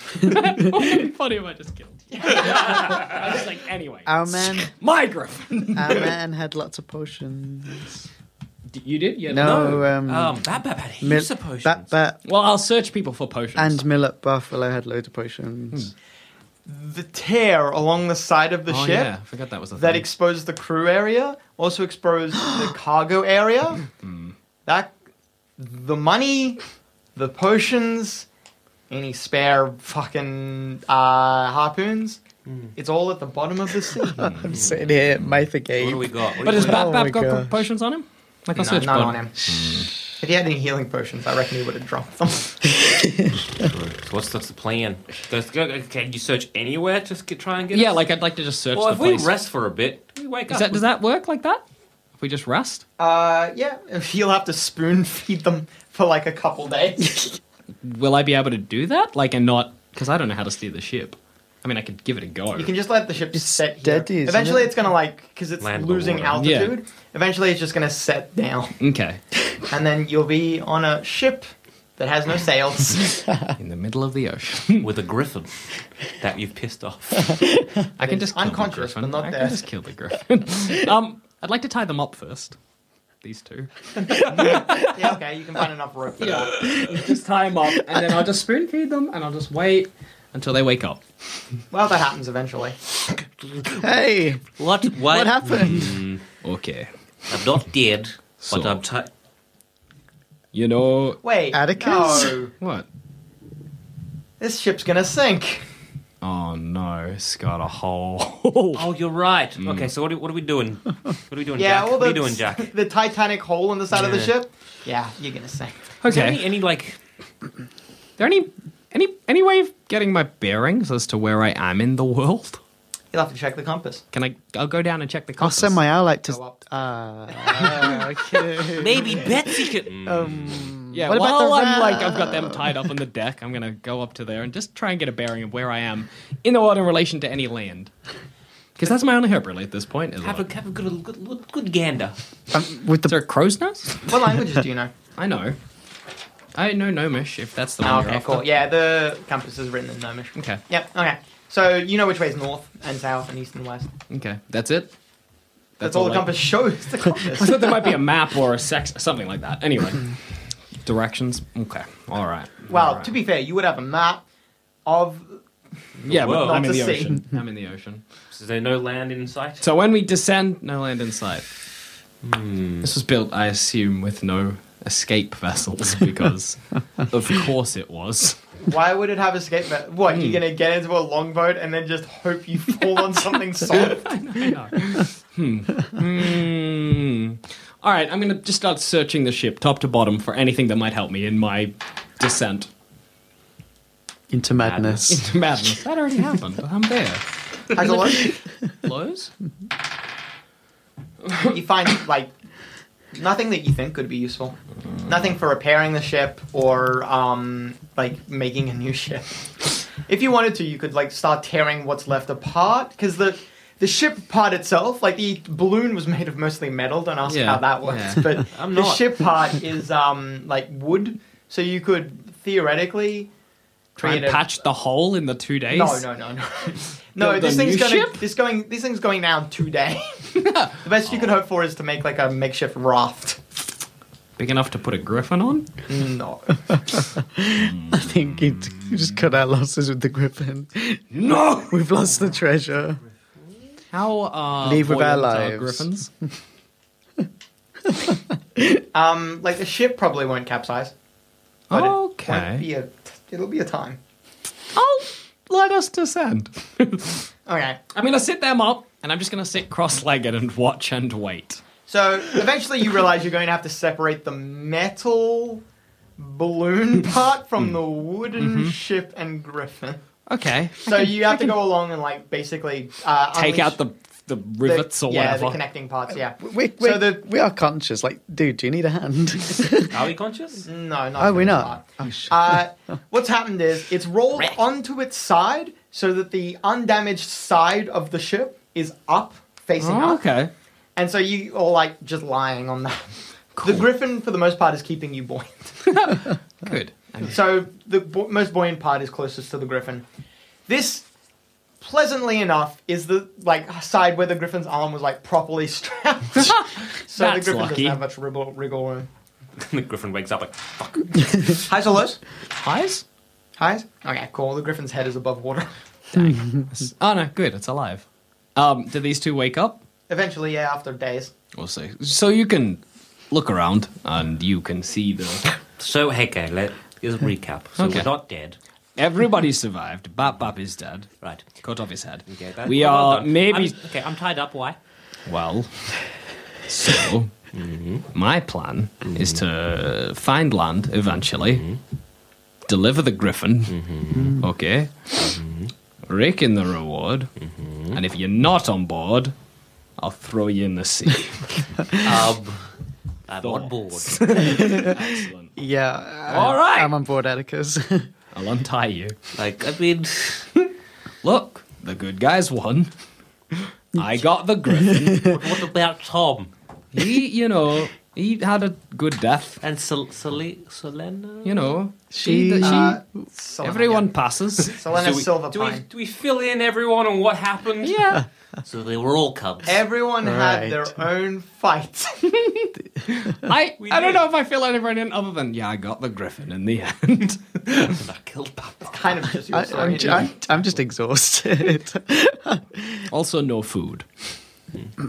Funny if I just killed. I was like, anyway. Our man, My griffin. our man had lots of potions. D- You did? Yeah. No, um, Bat Bat had Mil- heaps of potions. Bat Bat Well, I'll search people for potions. and Millet Buffalo had loads of potions. the tear along the side of the Oh, ship. yeah. I forgot that was a that thing. exposed the crew area, also exposed the cargo area. Hmm. that the money, the potions, any spare fucking uh, harpoons. Hmm. It's all at the bottom of the sea. I'm sitting here, Mather What do game. we got? What but do has we Bat Oh Bat my got gosh. potions on him? Like, I'll No, search not body. on him. Hmm. If he had any healing potions, I reckon he would have dropped them. So what's, what's the plan? Does, go- can you search anywhere to get, try and get? Yeah, us? like I'd like to just search Well, the if place. we rest for a bit, we wake Is up. that, does that work like that? If we just rest? Uh, yeah, he'll have to spoon feed them for like a couple days. Will I be able to do that? Like, and not because I don't know how to steer the ship. I mean, I could give it a go. You can just let the ship set here. steady, isn't Eventually, it? it's gonna like because it's Land losing below. Yeah. altitude. Eventually, it's just gonna set down, okay. and then you'll be on a ship that has no sails. In the middle of the ocean, with a griffin that you've pissed off? I can It is just kill the unconscious, griffin. but not I dead. can just kill the griffin. um, I'd like to tie them up first. These two. yeah, okay, you can find enough rope for that. just tie them up, and then I'll just spoon feed them, and I'll just wait until they wake up. Well, that happens eventually. Hey, What? What, what happened? Okay. I'm not dead, So- but I'm tired. You know Wait, Atticus? no, what? this ship's gonna sink. Oh no, it's got a hole. Oh, you're right. Mm. Okay, so what are, what are we doing? What are we doing, Yeah, Jack? all What the are you doing, Jack? the Titanic hole in the side of the Yeah. ship. Yeah, you're gonna sink. Is there okay. any, any like there any any any way of getting my bearings as to where I am in the world? You'll have to check the compass. Can I? I'll go down and check the I'll compass. send my owlet Go to. up. Ah, okay. maybe Betsy can? Oh Yeah, What about while the I'm like, I've got them tied up on the deck. I'm gonna go up to there and just try and get a bearing of where I am in the water in relation to any land. Because that's my only hope, really, at this point. Is Have like, a, have a good, good, good, good gander. Um, with is there the a crow's nest? What languages do you know? I know. I know Gnomish, if that's the one. Oh, you're okay, after. cool. Yeah, the compass is written in Gnomish. Okay. Yep. Okay. So you know which way is north and south and east and west. Okay, that's it. That's, all the I- compass shows. The I compass. thought there might be a map or a sex, something like that. Anyway, Directions? Okay. All right. Well, to be fair, you would have a map of. Yeah, but Not I'm in to the see. ocean. I'm in the ocean. So there's no land in sight. So when we descend, no land in sight. Hmm. This was built, I assume, with no escape vessels because, of course, it was. Why would it have escape? But what Hmm. you're gonna get into a longboat and then just hope you fall on something soft? Hmm. Hmm. All right, I'm going to just start searching the ship, top to bottom, for anything that might help me in my descent Into madness. into madness. That already happened. I'm there. I go on. Lows? you find like nothing that you think could be useful. Nothing for repairing the ship or um, like making a new ship. If you wanted to, you could like start tearing what's left apart because the the ship part itself, like the balloon, was made of mostly metal. Don't ask Yeah, how that works, yeah. but I'm the not. ship part is um, like wood, so you could theoretically Try and create a- patch the hole in the two days? No, no, no, no. No, Build this a thing's new going ship? this going this thing's going down today. the best you could hope for is to make like a makeshift raft. Big enough to put a griffin on? No. I think you just cut our losses with the griffin. No! We've lost the treasure. How uh, Leave with our buoyant are lives. griffins? Um, like the ship probably won't capsize. But It Okay. won't be a, it'll be a time. Oh, let us descend. Okay. I'm going to sit them up, and I'm just going to sit cross-legged and watch and wait. So eventually you realize you're going to have to separate the metal balloon part from the wooden Mm-hmm. ship and griffin. Okay. So you have to go along and like basically uh, Take unleash out the the rivets or yeah, the whatever. connecting parts. Yeah. Uh, We, we, so the we are conscious. Like, dude, do you need a hand? Are we conscious? No, not. Are we for the not? part. Oh, shit. Uh, what's happened is it's rolled onto its side so that the undamaged side of the ship is up, facing Oh, up. okay. And so you are like just lying on that. The griffin, for the most part, is keeping you buoyant. Good. So the bu- most buoyant part is closest to the griffin. This, pleasantly enough, is the like side where the griffin's arm was like properly strapped. so the That's griffin lucky. doesn't have much wriggle, wriggle room. the griffin wakes up like, fuck. Highs or lows? Highs? Highs? Okay, cool. The griffin's head is above water. Oh no, good. It's alive. Um, do these two wake up? Eventually, yeah, after days. We'll see. So you can look around and you can see the. So hey, okay, let is recap. So Okay. we're not dead. Everybody survived. Bap Bap is dead. Right. Cut off his head. Okay, That- we well are done. maybe. I'm- okay, I'm tied up. Why? Well, so mm-hmm. my plan is to find land eventually, deliver the griffin, okay, rake in the reward, and if you're not on board, I'll throw you in the sea. Um, I'm on board. Excellent. yeah. I- All right. I'm on board, Atticus. I'll untie you. Like I mean, Look, the good guys won. I got the griffin. what about Tom He, you know, he had a good death. and Sol- Soli- Solena? You know, She- she, she, uh, Selena, everyone passes. Yeah. Selena So we- Silver do we Pine. do we fill in everyone on what happened? Yeah. So they were all cubs. Everyone Right. had their own fight. I, We I don't did. know if I feel anyone in other than yeah, I got the griffin in the end. I killed Papa. kind of just your I, story. I'm, ju- I'm, I'm just exhausted. also, no food. Hmm.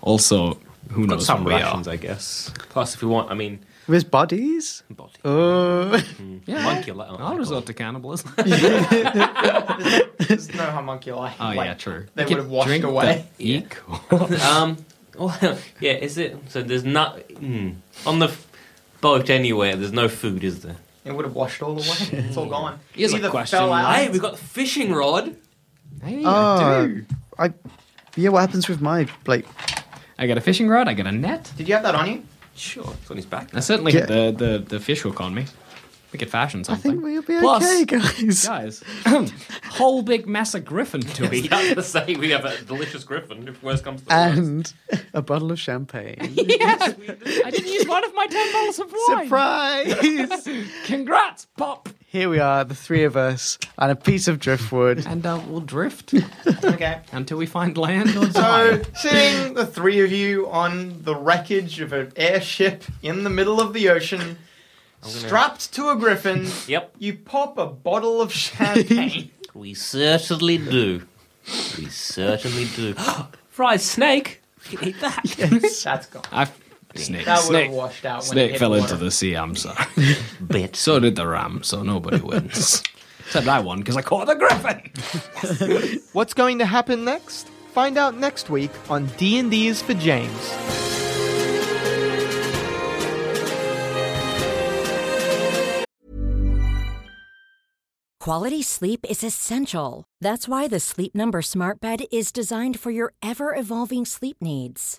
also, who Got knows some where we rations, I guess. Plus, if we want, I mean, With bodies? body. Oh. are? Yeah, Monkey, I- like- Uh, I'll resort to cannibalism. There's no homunculi. oh Like, yeah, true. They You would could have washed drink away. the eek. um, well, yeah, is it? So there's not mm, on the f- boat anywhere. There's no food, is there? It would have washed all away. It's all gone. Here's a Either question, fell out. Hey, we got the fishing rod. Hey, I Oh. do. I, yeah, what happens with my, like, I got a fishing rod. I got a net. Did you have that on you? Sure, it's on his back. I certainly Yeah. the, the the fish hook on me. We could fashion I something. think we'll be Plus, okay, guys. guys, whole big mass of griffin to We eat. have to say we have a delicious griffin. If worse comes to And a bottle of champagne. I didn't use one of my ten bottles of wine. Surprise! Congrats, Pop. Here we are, the three of us, on a piece of driftwood. And uh, we'll drift Okay. until we find land or die. So, sitting the three of you on the wreckage of an airship in the middle of the ocean, strapped to a griffin. Yep. You pop a bottle of champagne. We certainly do. We certainly do. Fried snake. We can eat that. That's gone. I snake. That would've snake, washed out when it snake hit fell water. into the sea. I'm sorry. Bit. So did the ram. So nobody wins. Except I won because I caught the griffin. What's going to happen next? Find out next week on D&D's for James. Quality sleep is essential. That's why the Sleep Number Smart Bed is designed for your ever evolving sleep needs.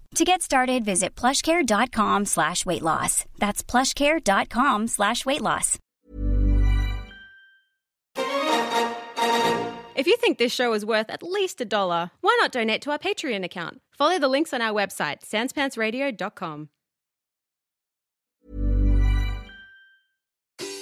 To get started, visit plushcare.com slash weight loss. That's plushcare.com slash weight loss. If you think this show is worth at least a dollar, why not donate to our Patreon account? Follow the links on our website, sanspantsradio.com.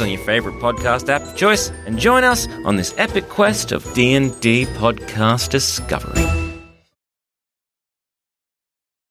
on your favorite podcast app of choice and join us on this epic quest of D&D podcast discovery.